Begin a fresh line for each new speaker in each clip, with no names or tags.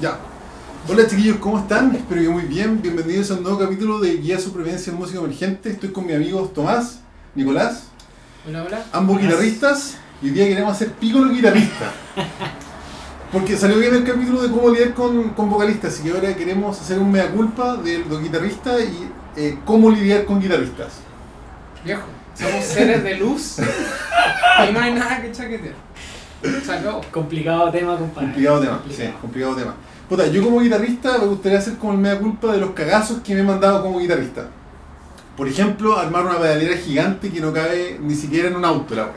Ya. Hola chiquillos, ¿cómo están? Espero que muy bien. Bienvenidos a un nuevo capítulo de Guía Supervivencia en Música Emergente. Estoy con mis amigos Tomás, Nicolás,
Hola, hola.
ambos
Buenas.
guitarristas. Y hoy día queremos hacer pícolo guitarrista. Porque salió bien el capítulo de cómo lidiar con, con vocalistas, así que ahora queremos hacer un mea culpa de los guitarristas y eh, cómo lidiar con guitarristas.
Viejo, somos seres de luz y no hay nada que chaquetear. Se acabó.
Complicado tema, compadre.
Complicado tema,
Complicado.
sí, complicado tema. Puta, yo como guitarrista me gustaría hacer como el mea culpa de los cagazos que me he mandado como guitarrista. Por ejemplo, armar una pedalera gigante que no cabe ni siquiera en un auto, la wea.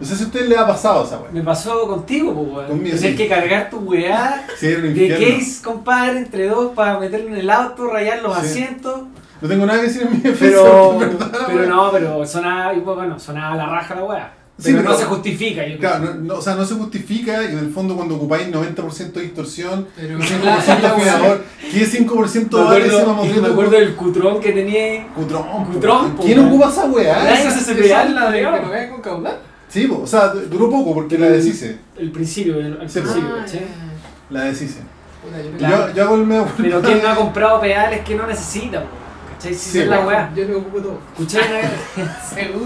No sé si a ustedes les ha pasado esa wea.
Me pasó contigo, pues, weón.
Conmigo,
Tener
sí.
que cargar tu weá
Sí, era un
de
infierno.
case, compadre, entre dos para meterlo en el auto, rayar los
Sí.
asientos.
No tengo nada que decir en mi defensa,
Pero,
de verdad, la
pero
wea.
no, pero sonaba, y, pues, bueno, sonaba la raja la weá.
Sí,
pero,
pero-
no se justifica. Yo
Claro, no- no, o sea, no se justifica y en el fondo cuando ocupáis 90% de distorsión,
Pero
5% de afinador, que 5%
creo.
de
me
vale ese
acuerdo,
mamotreto?
me acuerdo del cutrón que tenía.
Cutrón, po,
Cutrón,
weón.
po,
¿Quién
weón.
ocupa esa wea?
Nadie
Esa
se
es
separa,
la de que
digamos.
no vean con caudal.
Sí, po, o sea, duró poco porque la deshice.
El principio, el, al
Sí, pues.
principio, ¿cachai?
La deshice.
Ah, Puta, yo,
Claro.
Yo, yo hago el medio culpa
Pero quién no ha
de-
comprado pedales que no necesita, weón. ¿Cachai? Si
Sí,
esa es la weá.
Yo lo ocupo todo.
Escuché
Seguro.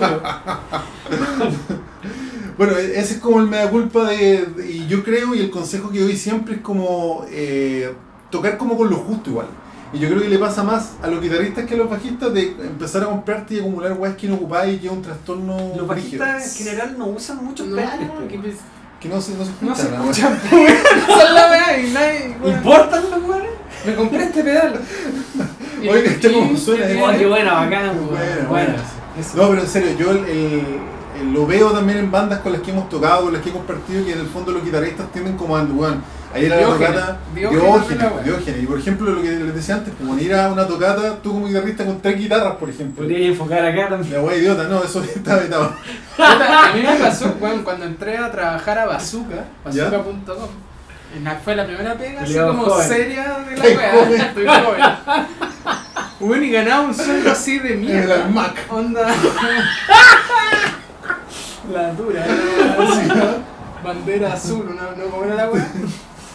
Bueno, ese es como el mea culpa de, de- Y yo creo, y el consejo que doy siempre es como eh, tocar como con lo justo igual. Y yo creo que le pasa más a los guitarristas que a los bajistas de empezar a comprarte y acumular weas que no ocupáis y que es un trastorno
Los
brígido.
bajistas en general no usan muchos
No,
pedales, po.
que pes-
Que no se, no se
No se
escuchan, la
escuchan, po.
Esa es la weá y nadie. weón.
¿Importan los weones?
Me compré este pedal. Y
Oye,
lo-
¿cachai cómo
y-
suena,
y-
eh?
Oh, qué buena, bacán,
Muy
weón.
buena,
Buena,
buena.
Eso.
No, pero en serio, yo el- el- el- lo veo también en bandas con las que hemos tocado, con las que he compartido, que en el fondo los guitarristas tienden como a bueno, a ir a la
Diógenes,
tocata.
Diógenes de la wea.
Diógenes. Y por ejemplo, lo que les decía antes, como ir a una tocata, tú como guitarrista con tres guitarras, por ejemplo.
Podría enfocar acá también.
La wea idiota, no, eso está vetado.
Puta, A mí me pasó, weón, cuando entré a trabajar a Bazooka,
¿Ya?
bazooka.com. en la- Fue la primera pega así
Culeado
como
joven.
seria de la
Estoy
weá.
joven.
Estoy joven. Weón, y ganaba un sueldo así de
El
mierda.
Mac.
Onda.
La dura.
eh. Así, ¿no?
Bandera azul, no, no como era la weá.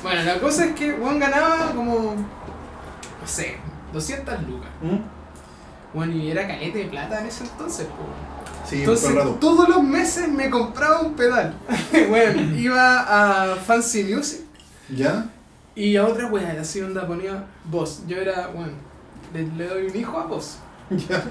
Bueno, la cosa es que Juan ganaba como. No sé, 200 lucas.
¿Mm?
Bueno, y era caleta de plata en ese entonces, po, weón.
Sí,
Entonces,
por rato.
todos los meses me compraba un pedal. bueno, iba a Fancy Music
¿Ya?
y a otra wea, así onda ponía voz. Yo era, bueno, le, le doy un hijo a voz.
¿Ya?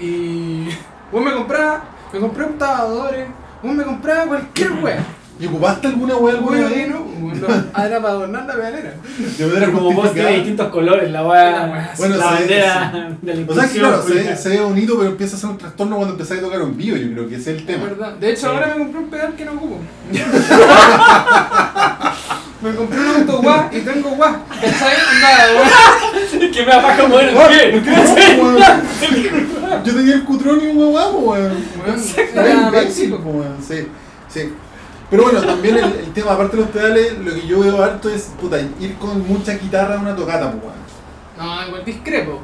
Y. Bueno, me compraba, me compré octavadores, bueno, me compraba cualquier wea.
¿Y ocupaste alguna wea alguna
Bueno, que
vez?
no, bueno, ah, era para adornar la pedalera.
De manera
Como vos
justificada.
tiene distintos colores, la
La weá,
weá.
Bueno,
la
sí,
bandera de la
O sea, que claro, se, ve-
pues,
inclusión. pues.
se ve bonito, pero empieza a ser un trastorno cuando empezáis a tocar en vivo, yo creo que ese es el
Es
tema.
verdad. De hecho,
Sí.
ahora me compré un pedal que no ocupo. me compré un auto guá y tengo guá. ¿Cachai? Andaba, weón.
Es que me apaga mover el pie.
Yo tenía el cutrón y un huevamo, weón.
Weón,
Era
era
imbécil,
Ah,
México.
po, weón. Sí, sí. Pero bueno, también el, el tema, aparte de los pedales, lo que yo veo harto es, puta, ir con mucha guitarra a una tocata, pues, po, weón.
No, igual discrepo.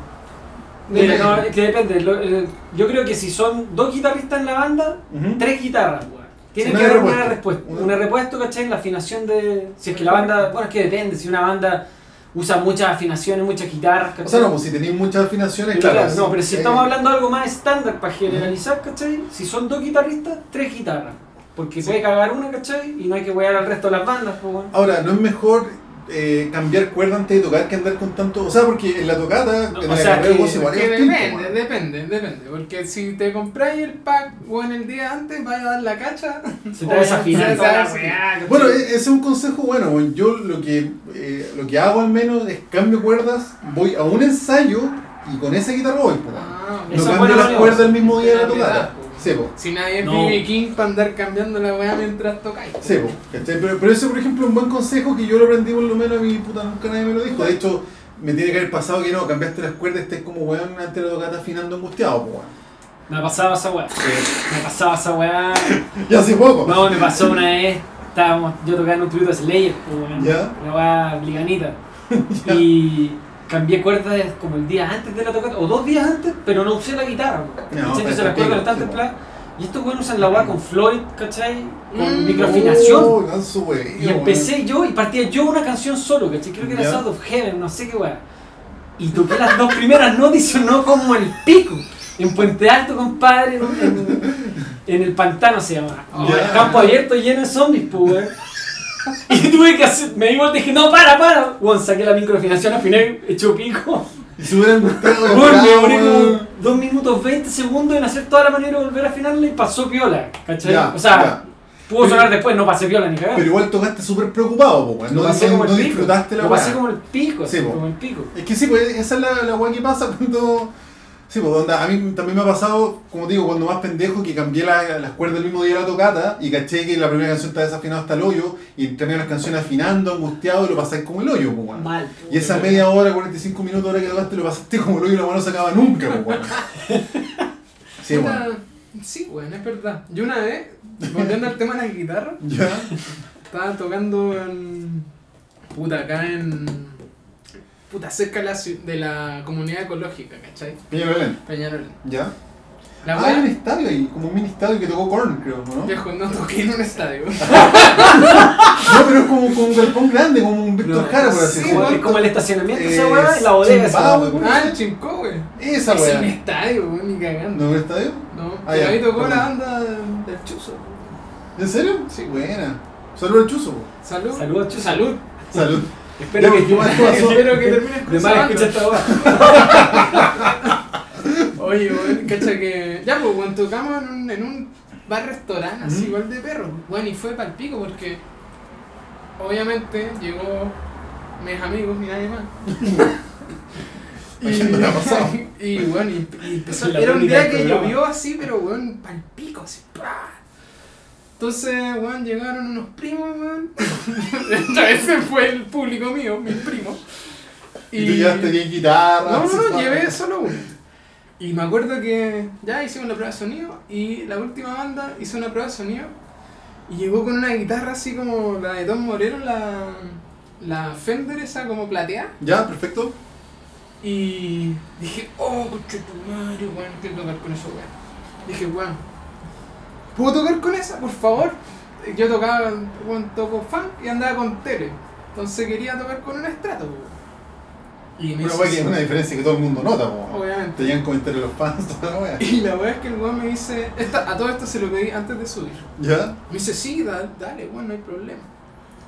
Mira, no, es que depende. lo- eh, Yo creo que si son dos guitarristas en la banda,
Ujú.
tres guitarras, weón. Tiene
Sí,
que
una
haber
repuesto.
una respuesta.
Una-
Una repuesto, ¿cachai? En la afinación de. Si es que la banda. Bueno, es que depende. Si una banda usa muchas afinaciones, muchas guitarras, ¿cachai?
O sea, no, pues si tenéis muchas afinaciones,
Claro,
claro. Eh,
no, pero si
sí.
estamos hablando de algo más estándar para generalizar, ¿cachai? Si son dos guitarristas, tres guitarras. Porque puede cagar una, ¿cachai? Y no hay que wear al resto de las bandas, pues bueno.
Ahora, ¿no es mejor eh, cambiar cuerda antes de tocar que andar con tanto...? O sea, porque en la tocata,
No,
en
o
la
sea,
carrera de
que-
voz igual es
Que
un tiempo,
depende,
weón.
depende, depende. Porque si te compráis el pack o en el día antes, vas a dar la cacha.
Se te va a desafinar
Se
toda la
va a
weá, ¿cachai?
Bueno, e- ese es un consejo bueno. weón. Yo lo que, eh, lo que hago al menos es cambio cuerdas, voy a un ensayo y con esa guitarra voy. po, weón.
Ah,
No
Eso
eso
es
cambio
bueno,
las
amigo.
cuerdas el mismo día de la
Te da
tocata.
piedad, po.
Sí, po.
Si nadie es
No.
BB King para andar cambiando la weá mientras tocáis.
Sí, po, ¿cachai? Pero, pero ese, por ejemplo, es un buen consejo que yo lo aprendí por lo menos a mi puta, nunca nadie me lo dijo. De hecho, me tiene que haber pasado que no, cambiaste las cuerdas, estés como weón antes de la tocata afinando angustiado, po, weón.
Me ha pasado esa weá. Me ha pasado esa weá.
Y hace poco.
No, me pasó una vez. Estábamos yo tocando un tributo a Slayer, pues bueno.
Ya.
Una weá liganita. Y cambié cuerdas como el día antes de la tocata, o dos días antes, pero no usé la guitarra, pues.
No,
¿Cachai? Entonces
pero
las cuerdas
tranquilo,
están
sí,
templadas. Y estos weones usan la weá con Floyd, ¿cachai? Con
Mm.
microafinación.
Oh, ganso, güey,
Y
weón.
empecé yo y partía yo una canción solo, ¿cachai? Creo que era
Ya.
South of Heaven, no sé qué weá. Y toqué las dos primeras notas y sonó como el pico. En Puente Alto, compadre, en, en- en el pantano se llama.
Oh,
Ya.
Campo abierto lleno de zombies, pues weón. Y tuve que hacer, me di vuelta y dije, no, para, para. Weón, saqué la microafinación, al final hecho pico.
Y se hubieran gustado.
Bueno, me
weón.
demoré como 2 minutos 20 segundos en hacer toda la manera de volver a afinarla y pasó piola, ¿cachai?
Ya,
o sea,
ya.
pudo sonar después, no pasé piola ni cagada.
Pero igual tocaste súper preocupado, po, weón.
lo
No,
pasé
no-
como el
no
pico.
disfrutaste la
Lo
weá.
pasé como el pico, así,
Sí, po.
como el pico.
Es que sí, pues esa es la, la weá que pasa cuando. Sí, pues onda, a mí también me ha pasado, como te digo, cuando más pendejo, que cambié la- las cuerdas el mismo día de la tocata y caché que la primera canción está desafinada hasta el hoyo y entre medio las canciones afinando, angustiado y lo pasáis como el hoyo, pues weón.
Mal.
Y esa media hora, 45 minutos, hora que tocaste, lo pasaste como el hoyo y la mano no se acaba nunca, pues weón. Sí,
Puta,
weón.
Sí, weón, es verdad. Yo una vez, volviendo al tema de la guitarra,
Ya.
estaba tocando en. Puta, acá en. Puta, cerca de la, ciu- de la comunidad ecológica, ¿cachai?
Piña Belén.
Peñarol.
Ya.
La
ah, hay un
weá,
estadio ahí, como un mini estadio que tocó Korn, creo, ¿no?
viejo, no toqué en un estadio.
No, pero es como, como un galpón grande, como un Víctor
No,
Jara, por así
sí,
decirlo.
Como, es como el estacionamiento, esa
Eh,
weá, y la bodega esa
Zimbabue,
weá.
weón.
ah, el chincó, wey.
Esa
Es un
weá.
estadio, weón, ni cagando.
¿No es un estadio?
No,
Ah,
pero
ya,
ahí tocó
perdón.
la banda del Chuzo.
¿En serio?
Sí.
Buena. Saludos al chuzo. weón.
Salud.
Salud, Chuzo.
Salud.
Salud.
Espero
Ya,
que
¿qué más pasó?
Espero que termines con
De
esa
mal
banda.
escucha esta weá.
Oye, weón, cacha que. Ya, pues, weón, tocamos en un, en un bar-restaurante, así
Ujú.
igual de perro. Bueno, y fue pa'l pico porque. Obviamente llegó mis amigos y nadie más.
Oye, no la ha pasado.
y bueno, y, y empezó.
Es la
Era un
tónica
día
del
que
programa.
llovió así, pero weón, pa'l pico, así. ¡pah! Entonces, weón, llegaron unos primos, weón. Ese fue el público mío, mis primos.
Y, tú llevaste 10 guitarras.
No, no, no,
sofá.
llevé solo uno. Y me acuerdo que ya hicimos la prueba de sonido y la última banda hizo una prueba de sonido y llegó con una guitarra así como la de Tom Moreno, la, la Fender esa como plateada.
Ya, perfecto.
Y dije, oh, coche tu madre, weón, quiero tocar con eso, weón. Dije, weón, ¿puedo tocar con esa? Por favor. Yo tocaba, weón, toco funk y andaba con tele. Entonces quería tocar con un estrato, weón. Y me
Una
hizo
weá que
así,
es una diferencia que todo el mundo nota, po.
obviamente.
Te llegan comentarios los fans, toda la weá.
Y la weá es que el weón me dice, esta- a todo esto se lo pedí antes de subir.
¿Ya?
Me dice, sí, da- dale, weón, no hay problema.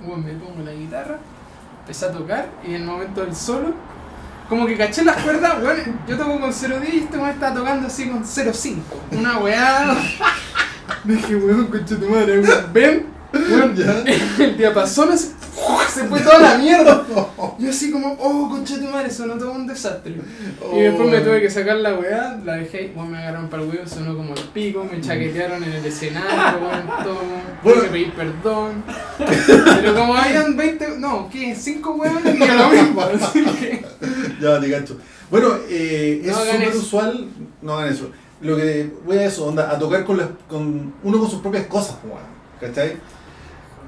Weón, me pongo la guitarra, empecé a tocar y en el momento del solo, como que caché las cuerdas, weón, yo toco con 0.10 y este weón estaba tocando así con 0.5. Una weá. Dije, weón, coche tu madre, weón, ven. Weón,
¿Ya?
el diapasón así, se fue toda la mierda. Yo así como, oh, conche tu madre, sonó todo un desastre. Y después
Oh,
me tuve que sacar la weá, la dejé, ahí, weón, me agarraron para el huevo, sonó como el pico, me chaquetearon en el escenario, weón, todo, tuve que pedir perdón. Pero como habían 20, no, ¿qué? 5 weones, que lo mismo, así que.
Ya, te cacho. Bueno, eh,
No
es
hagan
súper
eso.
usual. No hagan eso. Lo que voy a eso, onda, a tocar con las. con uno con sus propias cosas, po, weón. ¿Cachai?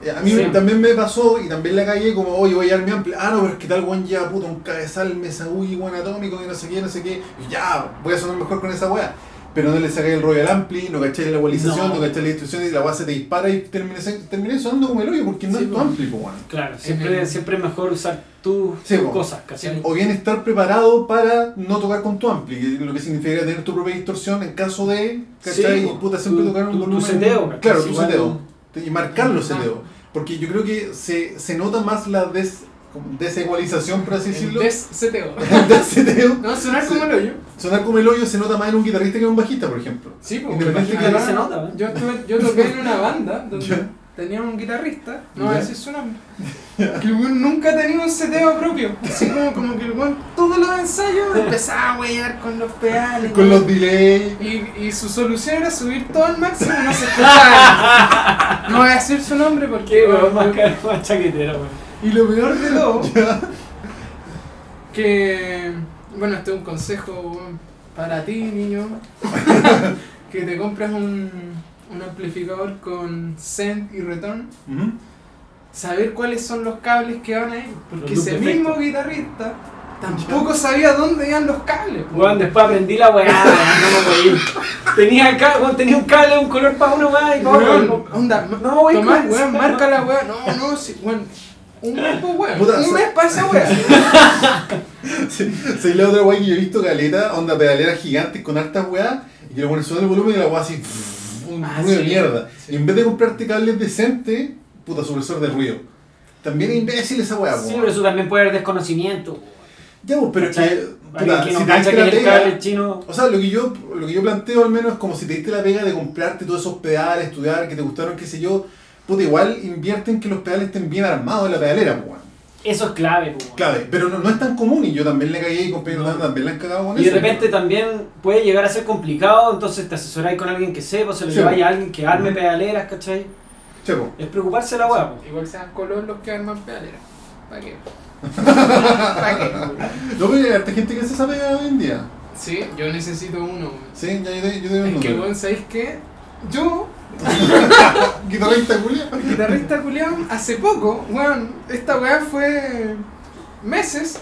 Eh, A mí
Sí.
también me pasó y también la cagué como, oye, voy a llevar mi ampli. Ah, no, pero es que tal weón lleva puta un cabezal, mesaúl y weón atómico y no sé qué, no sé qué. Y ya, voy a sonar mejor con esa weá. Pero no le sacáis el rollo al ampli, no cacháis la ecualización, no,
No.
cacháis la distribución y la weá se te dispara y terminé, terminé sonando como el hoyo porque no
Sí,
es tu
po.
ampli, po, weón.
Claro, siempre,
el-
siempre es mejor usar tus
Sí,
tus
po.
cosas, ¿cachai?
O bien estar preparado para no tocar con tu ampli, que lo que significaría tener tu propia distorsión en caso de, ¿cachai?
Sí,
Y, puta, siempre
tu-
tocar un
tu- tu
volumen-
seteo, ¿cachai?
Claro, tu
Igual
seteo. Y marcar los
Ah.
seteos. Porque yo creo que se, se nota más la des, como desecualización, por así
El
decirlo.
des-seteo.
El deseteo.
No, sonar como el hoyo.
Sonar como el hoyo se nota más en un guitarrista que en un bajista, por ejemplo.
Sí, pues,
Independiente
porque
que-
acá
se nota, ¿eh?
Yo, estuve- yo toqué en una banda donde
Ya.
tenía un guitarrista, no voy a
Ya.
decir su nombre, que el weón nunca tenía un seteo propio. Así como, como que el weón todos los ensayos empezaba a wear con los pedales.
Con los delays.
Y, y su solución era subir todo al máximo y no se escuchaba. No voy a decir su nombre porque.
Qué weón más caro, más chaquetero, weón.
Y lo peor de todo, que. Bueno, este es un consejo weón, para ti, niño. que te compras un, un amplificador con send y return.
Ujú.
Saber cuáles son los cables que van ahí. Porque
Los
ese
loops de
mismo guitarrista Tampoco sabía dónde iban los cables. po.
Weón, después aprendí la weá, weón, no me podía ir. Tenía, ca- weón, tenía un cable, un color para uno, weón, y para otro.
Weón, onda,
No, voy
Tomás,
con-
weón, marca la weá. No, no, sí, weón. Un mes, pues, weón.
Puta,
un
sa-
mes para esa weá.
Sí, sí, la otra weá que yo he visto galeta, onda pedaleras gigantes con hartas weas, y que le pones solo el volumen y la weá así, pff, un
Ah,
ruido de
sí.
mierda. Y en vez de comprarte cables decentes, puta supresor de ruido. También es imbécil esa weá,
Sí,
po.
pero eso también puede haber desconocimiento.
Ya, pues, pero es que,
¿Cachai?
puta,
Alguien que
si
no
te diste
cacha
la
que el
pega-
cable chino.
O sea, lo que, yo, lo que yo planteo al menos es como si te diste la pega de comprarte todos esos pedales, estudiar, que te gustaron, qué sé yo. Puta, igual invierten que los pedales estén bien armados en la pedalera, pues, weón.
Eso es clave, po, weón.
Claro, pero no, no es tan común y yo también le caí y compañeros también- también la han cagado con
Y de
eso.
repente también puede llegar a ser complicado, entonces te asesoráis con alguien que sepa, se lo
Sí.
lleváis a alguien que arme pedaleras, ¿cachai?
Che, po.
Es preocuparse la weá, po.
Igual sean color los que arman pedaleras. ¿Para qué? ¿Para qué? weón?
No, pero hay harta gente que se sabe hoy en día.
Sí, yo necesito uno, weón.
Sí, ya yo te- yo tengo un
Es que,
número.
weón, ¿sabéis qué? Yo,
Guitarrista culia.
guitarrista culiao, hace poco, weón, esta weá fue meses,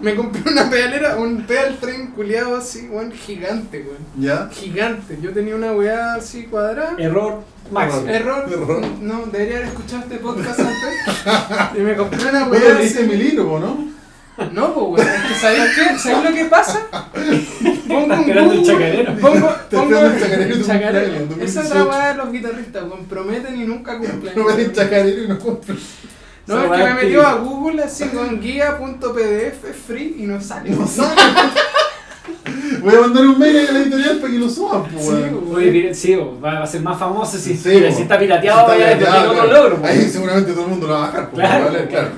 me compré una pedalera, un pedal tren culiado así, weón, gigante, weón.
Ya.
Gigante. Yo tenía una weá así cuadrada.
Error máximo.
Error.
Error.
No, debería haber escuchado este podcast antes. y me compré una
Bueno,
weá
le hice
así.
mi libro, po, ¿no?
No, pues, weón. Es que ¿sabéis qué? ¿Sabéis lo que pasa? Pongo
Está esperando el chacarero.
Pongo,
Está
pongo
esperando el chacarero de tu
chacarero.
cumpleaños, en
Esa es
2018.
la weá de los guitarristas, weón. Prometen y nunca cumplen.
No me den chacarero y no compro.
No, es que me metió a Google así con guía.pdf free y no sale.
No saben. Voy a mandar un mail a la editorial para que lo suban, po,
Sí,
weón.
Oye, mire, sí, po, va va a ser más famoso si,
Sí,
mira,
po.
si está
Si
pirateado,
está
vaya a tener
pirateado,
otro
claro.
logro. po.
Ahí seguramente todo el mundo lo va a bajar, po,
Claro.
¿vale? Claro.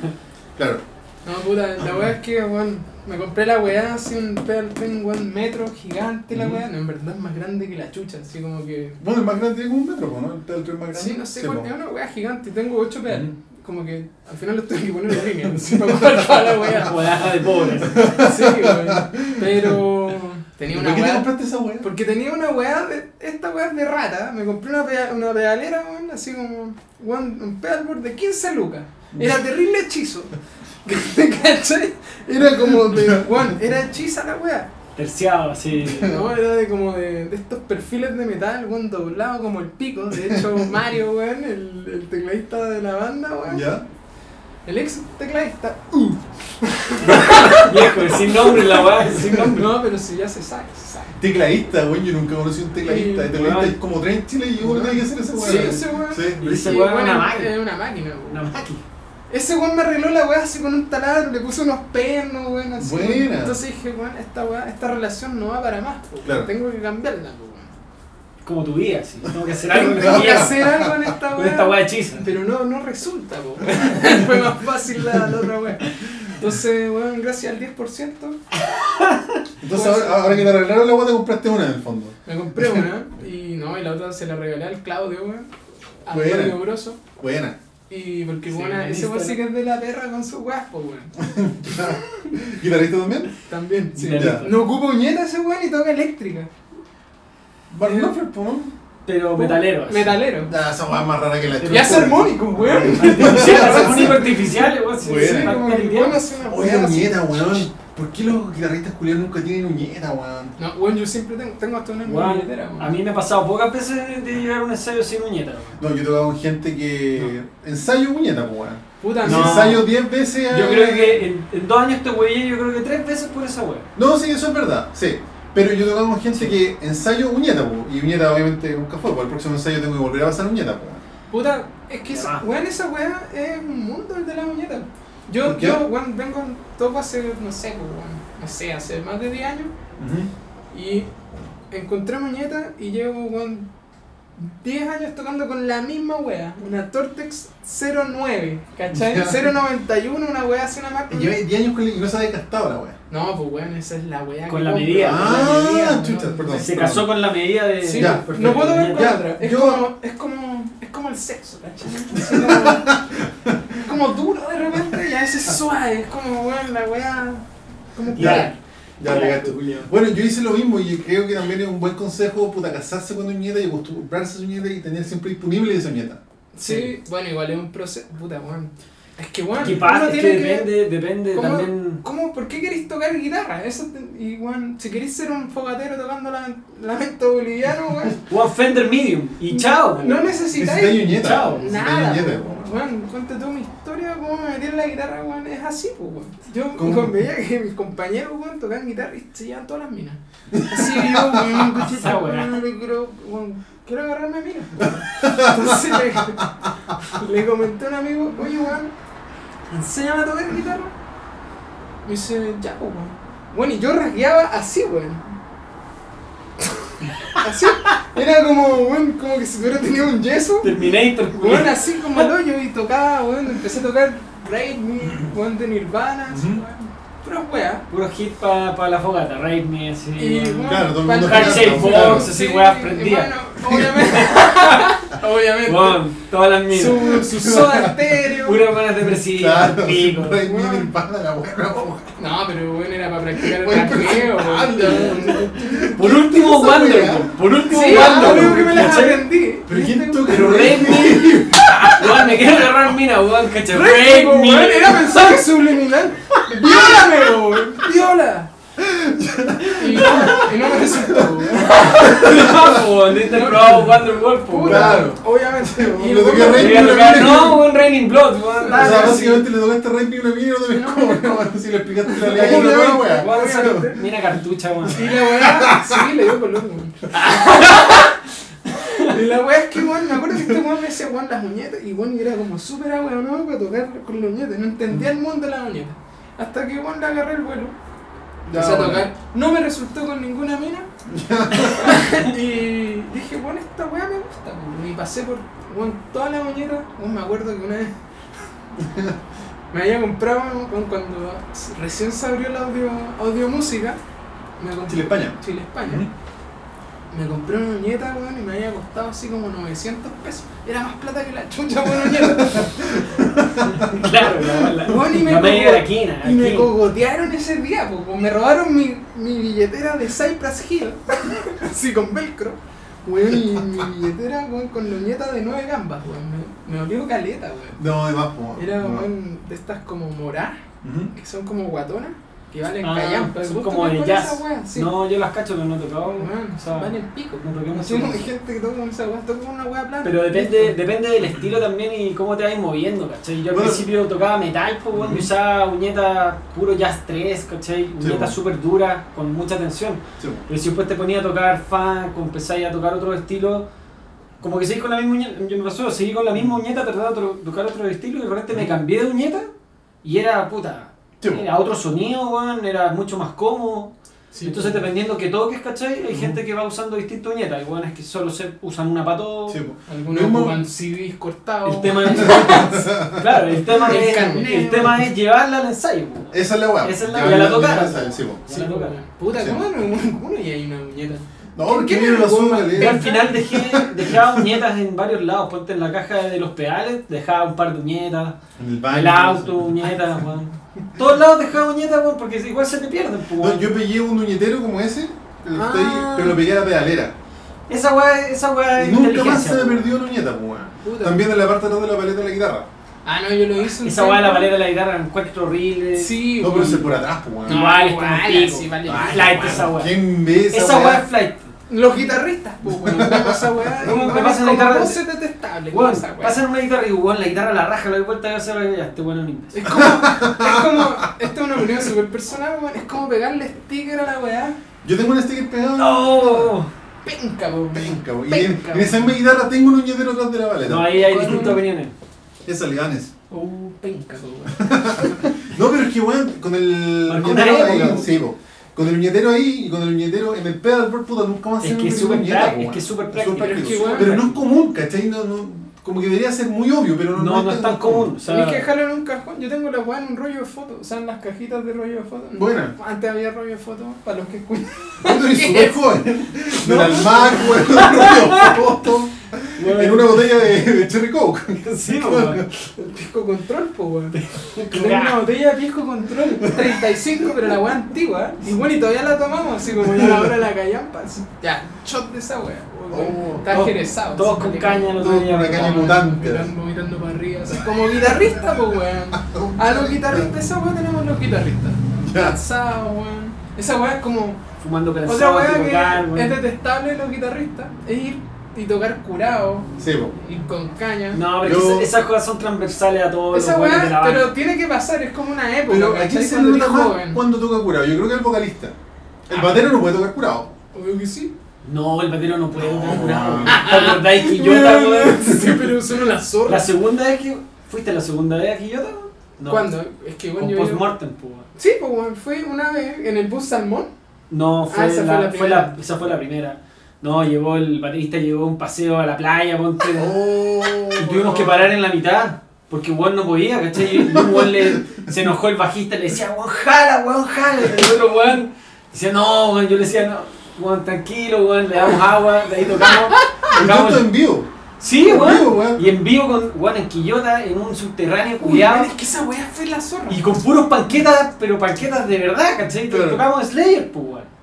Claro.
No, puta, la weá es que, weón, me compré la weá así, un pedal pen, weón, metro gigante la
Ujú.
weá. No, en verdad es más grande que la chucha, así como que.
Bueno, el más grande tiene como un metro, po, ¿no? El tren más grande.
Sí, no sé,
po. Mm.
cuál, es una weá gigante, tengo 8 pedales. Como que al final los tengo que poner en línea, no sé para ocupar toda la
Una
weá.
jodada de pobres.
Sí, weón. Pero. Tenía una
¿Por qué te
weá.
compraste esa weá?
Porque tenía una weá, de, esta weá es de rata, me compré una, peda- una pedalera, weón, así como weón, un pedalboard de 15 lucas.
Mm.
Era terrible hechizo. ¿Cachai? Era como de, weón, era hechiza la weá.
Terciado, así.
No, era de como de, de estos perfiles de metal, weón, doblado como el pico. De hecho, Mario, weón, el, el tecladista de la banda, weón,
Ya.
el ex tecladista.
Viejo, sin nombre la weá, sin nombre.
No, pero si ya se sabe, se sabe.
Tecladista, weón. Yo nunca conocí un tecladista.
Sí,
El tecladista
weón.
es como tres en Chile y yo creo que hay que hacer esa weá.
Sí, ese weón.
Sí.
Y ese
Sí, weón,
weón era una
es-
máquina.
es una máquina, weón.
Una máquina.
Ese weón me arregló la weá así con un taladro, le puse unos pernos, weón, así.
Buena.
Entonces dije, weón, esta weá, esta relación no va para más, po, weón.
Claro.
tengo que cambiarla, po, weón.
Como tu vida, sí. Tengo que hacer algo
Tengo
con
que
mi vida.
hacer algo en esta weá.
Con esta weá hechiza.
Pero no, no resulta, po, weón. Fue más fácil la, la otra weá. Entonces, weón, gracias al 10%
Entonces, ahora, ahora que te arreglaron la weá, te compraste una en el fondo.
me compré una y no, y la otra se la regalé al Claudio, weón. A
Buena.
Claudio Grosso.
Buena.
Y porque,
Sí,
weón,
en
ese weón
Instagram.
sí que es de la perra con sus weas, po, weón.
¿Guitarrista también?
También, sí.
Ya.
No ocupa uñeta ese weón y toca eléctrica.
Bart
Sí.
Knopfler, po, ¿no?
Pero metalero. así.
Metalero.
Ah, esa weá es más rara que la
Ya
chucha,
Y hace
weón.
armónicos, weón.
Artificiales, son únicos artificiales, weón. sí,
Buena.
Sí,
sí,
como que
está
el weón
pirateado.
hace una
Oye,
weá así.
uñeta, weón. ¿Por qué los guitarristas culiados nunca tienen uñeta, weón?
No, weón, yo siempre tengo, tengo hasta una
Weón,
billetera, weón.
a mí me ha pasado pocas veces de llevar un ensayo sin uñeta. weón.
No, yo he tocado con gente que. Ensayo uñeta, po, weón.
Puta,
No.
no.
Ensayo 10 veces. eh,
Yo creo que en, en dos años te huellé, yo creo que tres veces por esa weá.
No, sí, eso es verdad, sí. Pero yo tocaba con gente que ensayo uñeta, po, y uñeta obviamente nunca fue, po. el próximo ensayo tengo que volver a pasar uñeta, po.
Puta, es que esa,
Ah.
weón, esa weá es un mundo el de la muñeta. Yo,
¿Por qué?
yo, weón, vengo, toco hace, no sé, pues, weón, no sé, hace más de 10 años. Y encontré muñeta y llevo, weón, 10 años tocando con la misma weá. Una Tortex 09, ¿cachai?
Ya.
091, una weá hace una
Y
máquina.
llevé 10 años con la y no se ha desgastado la weá.
No, pues weón, esa es la weá.
Con
que
la
compro.
medida.
Ah,
weón.
chucha, perdón.
Se casó con la medida de.
Sí,
Ya,
no puedo ver con
Ya,
otra. Es,
yo-
como, es, como, es como el sexo, ¿cachai? Es como, es como duro de repente y a veces suave. Es como, weón, la weá. Como
Ya.
pura.
Ya,
Ya,
le gasto. Bueno, yo hice lo mismo y creo que también es un buen consejo, puta, casarse con uñeta y acostumbrarse a su uñeta y tener siempre disponible esa uñeta.
Sí, bueno, igual es un proceso. Puta, weón. Es que bueno,
Que pa-
uno
es
tiene
que
que ver-
depende, depende
¿Cómo,
también.
¿Cómo? ¿Por qué queréis tocar guitarra? Eso te- y bueno, si queréis ser un fogatero tocando la- lamento boliviano, weón,
One Fender Medium. Y chao.
no
Necesitáis
necesitáis
uñeta.
Chao.
nada.
Necesitáis uñeta,
po, Weón, cuéntate tú mi historia, cómo me metí en la guitarra, weón, es así, pues, weón. Yo
¿Cómo?
con- veía que mis compañeros, weón, tocaban guitarra y se llevan todas las minas. Así que yo, weón, coche,
Esa weá.
weón, le quiero, weón, quiero agarrarme a minas. weón. Entonces le, le comenté a un amigo, oye, weón, enséñame a tocar guitarra. Me dice, ya, po, weón. Bueno, y yo rasgueaba así, weón. Así. Era como, weón, como que si hubiera tenido un yeso.
Terminator.
Weón, ah. así como el hoyo y tocaba, weón. Empecé a tocar Raid Me, weón, de Nirvana, así,
Ujú.
weón. Pero weón.
Puro hit para la fogata. Raid Me, así.
Y
weón.
bueno,
Claro, todo el mundo
Phantom
gira,
Shape,
claro.
weón,
Sí, weón, prendía.
y Bueno, obviamente. obviamente.
Weón, todas las minas.
Su, su soda estéreo.
Pura manas depresivas.
Claro,
pico.
siempre hay
weón.
mil empanadas, la buena, po.
No, pero weón, era para practicar el
Weón,
rasgueo, weón.
Por último,
Esa
Wander.
weá.
weón. Por último,
Sí,
Wander.
ah, creo
weón,
que me las
¿cachai?
aprendí.
Pero ¿quién toca
Pero Raid Me. Weón, me quiero agarrar mina, weón, cachai.
Rape,
Raid
weón,
Me.
era mensaje subliminal. ¡Viólame, weón! ¡Viola! Y no, y no me resultó, weón.
Ah, Weón, diste probado Wander Wolf, weón.
Claro.
Obviamente, weón.
Y lo toqué a Rape.
Voy a tocar- No, un Raining Blood, weón.
O sea,
Claro, sí.
básicamente le tocaste rape y una mina y no te ves cómo, weón. Si le explicaste la ley,
Obviamente,
no wea.
Weón, saca- Mira cartucha, weón.
Y la weá, sí, le dio color, weón. Y la weá es que, weón, me acuerdo que este weón me decía, weón, las muñetas. Y weón, y era como súper no para tocar con las muñetas. No entendía el mundo de las muñetas. Hasta que, weón, le agarré el vuelo.
Ya,
Empecé a
bueno.
tocar. No me resultó con ninguna mina. y dije, bueno, esta weá me gusta. weón. Y pasé por weón, toda la bañera. Weón, me acuerdo que una vez me había comprado weón, cuando recién se abrió la audio, audio música. Me compré-
Chile, España.
Chile, España. Me compré una uñeta, weón, y me había costado así como 900 pesos. Era más plata que la chucha por una uñeta.
Claro, la, la,
Bueno, y me
la media de
cogo-
la quina.
Y me
aquí.
cogotearon ese día, po, po. me robaron mi, mi billetera de Cypress Hill, así con velcro, weón, y mi billetera weón, con loñeta de nueve gambas, weón. Me, me olió caleta, weón.
No, de más, po.
Era
De más.
weón, de estas como morás,
Ujú.
que son como guatonas, que valen
Ah,
callampa.
son
Vos
como
tocas
de
con
jazz.
esa weá, sí.
No, yo las cacho, pero no he tocado.
Weón,
o sea,
valen pico.
no toqué
Así
mucho.
como hay gente que toca con esa weá, toca con una weá plana.
Pero depende,
Listo.
depende del estilo también y cómo te vas moviendo, ¿cachai? Yo al
Bueno.
principio tocaba metal, pues, weón, y usaba uñeta puro jazz 3, ¿cachai? Uñeta
bueno.
súper dura, con mucha tensión.
Sí, po.
Pero si después te ponía a tocar funk, o empezáis a tocar otro estilo, como que seguís con la misma uñeta, yo me pasó, seguí con la misma uñeta tratando de tro- tocar otro estilo y de repente me cambié de uñeta y era puta.
Sí, po.
Era otro sonido, weón, era mucho más cómodo. Entonces, dependiendo que toques, ¿cachai? Hay gente que va usando distintas uñetas. Hay weones que solo se usan una para todo.
Sí, po.
Algunos
Mismo-
ocupan CDs cortados.
El tema es. claro, el tema
El
es,
carneo.
el tema es llevarla al ensayo, po.
Esa es la weá.
Esa es la-
Ya,
ya la
ya
tocaron.
saben, sí, po.
Sí,
Para tocar.
weón. Puta,
Sí.
¿cómo no? ¿Cómo no hay una muñeca?
No,
¿Qué-
porque
qué
mira la
es, weón?
suma,
Yo al
le-
final dejé, dejaba uñetas en varios lados. Ponte en la caja de los pedales, dejaba un par de uñetas.
En el
El auto, uñetas, weón. Todos lados dejaba uñetas, weón, porque igual se te pierden, po,
No,
weón.
yo pegué un uñetero como ese, el que está ahí,
Ah.
pero lo pegué a la pedalera.
Esa weá, esa weá
Y
Ah, es
Nunca más
inteligencia,
se me
po.
perdió una uñeta, po, weón.
Puta.
También en la parte de atrás de la paleta de la guitarra.
Ah, no, yo lo hice. un
Esa weá de la
tiempo.
paleta de la guitarra, encuentro horrible.
Sí,
No, pero
weón.
es el por atrás, po, weón.
No,
Igual, es
igual,
como pico.
así vale.
Ah, Flight esa weá.
¿Quién ve esa,
Esa weá
weá?
es flight.
Los guitarristas, pues, weón. Esa weá.
¿Cómo
weón,
que pasa
es
en
como
guitarra?
voces detestables,
Weón,
esa weá.
pasan una guitarra y weón, la guitarra la raja, la doy vuelta y yo se la ya, este weón es un imbécil.
Es como, es como, esta es una opinión súper personal, weón. Es como pegarle sticker a la weá.
Yo tengo un sticker pegado.
No,
Penca, po, weón.
Penca, po. Y en,
Penca,
en esa misma guitarra tengo un uñetero atrás de la paleta.
no ahí hay distintas opiniones.
Esa, Libanes.
Uh, penca, po, weón.
No, pero es que, weón, con el
Marcó una
uñetero ahí,
época, po.
sí, po. Con el uñetero ahí y con el uñetero en el pedalboard, puta, nunca más
Es
se me
que es
perdió
súper
una uñeta,
práct-
po,
es
weón.
que es súper
Súper
práctico.
práctico.
Es que, weón,
Pero no es común, ¿cachai? No, no, como que debería ser muy obvio, pero no,
No, no es tan común. O
Tenés que
sea,
dejarlo en un cajón. Yo tengo la weá en un rollo de fotos. O sea, en las cajitas de rollo de fotos.
Buena.
Antes había rollo de fotos para los que escuchan.
Tú eres súper joven.
No.
Del almagro, del rollo foto.
Bueno,
en una botella de, de Cherry Coke.
Sí, po, weón.
El pisco control, po, weón. Tengo una botella de pisco control, 35, pero la weá antigua. ¿eh? Y bueno, y todavía la tomamos, así como ya la hora de la callampa. así, Ya, shot de esa weá. weón.
Oh,
Está
todos-
jerezado.
todos
así,
con
le-
caña, el otro
Todos
día.
con la
weón.
caña mutante.
Vomitando, vomitando para arriba. así, como guitarrista, po, weón. A los guitarristas, esa weá tenemos los guitarristas.
Ya.
Lanzados, weón. Esa weá es como.
Fumando
Otra
prensado, tipo
weá
cal,
que es
weón.
detestable en los guitarristas es ir y tocar curado,
Sí, po.
ir con caña.
No, pero es que
Yo-
esa- esas cosas son transversales a todos
Esa
los weones de la
weá,
banda.
pero tiene que pasar, es como una época.
Pero ¿a
¿cachai?
quién se le
cuando
nota Ah.
eres
más
joven.
cuando toca curado? Yo creo que al vocalista. El batero no puede tocar curado.
Obvio que sí.
No, el batero no puede tocar
No.
curado. ¿Te acordáis que Quillota, weón?
Sí, pero son una
La
zorra.
segunda vez que. ¿Fuiste la segunda vez a Quillota? weón? No.
¿Cuándo? Es que
Con
bueno, yo.
postmortem, po, weón.
Sí, pues weón, fue una vez en el bus Salmón.
No, fue,
Ah, esa
la,
fue la
fue
primera.
la- esa fue la primera. No, llevó el baterista, llevó un paseo a la playa, ponte.
Oh,
Y tuvimos que parar en la mitad. Porque Juan no podía, ¿cachai? Y un weón le, se enojó el bajista, le decía, Juan jala, Juan jala. Y el otro Juan decía, no, Juan. Yo le decía, no, Juan tranquilo, Juan, le damos agua, de ahí tocamos.
El
tocamos-
canto en vivo.
Sí,
en
Juan.
vivo, weón.
Y en vivo con Juan en Quillota, en un subterráneo
Uy, weón,
cuidado.
es que esa weá fue la zorra.
Y con puros panquetas, pero panquetas de verdad, ¿cachai?
Claro.
Tocamos Slayer, pues, weón.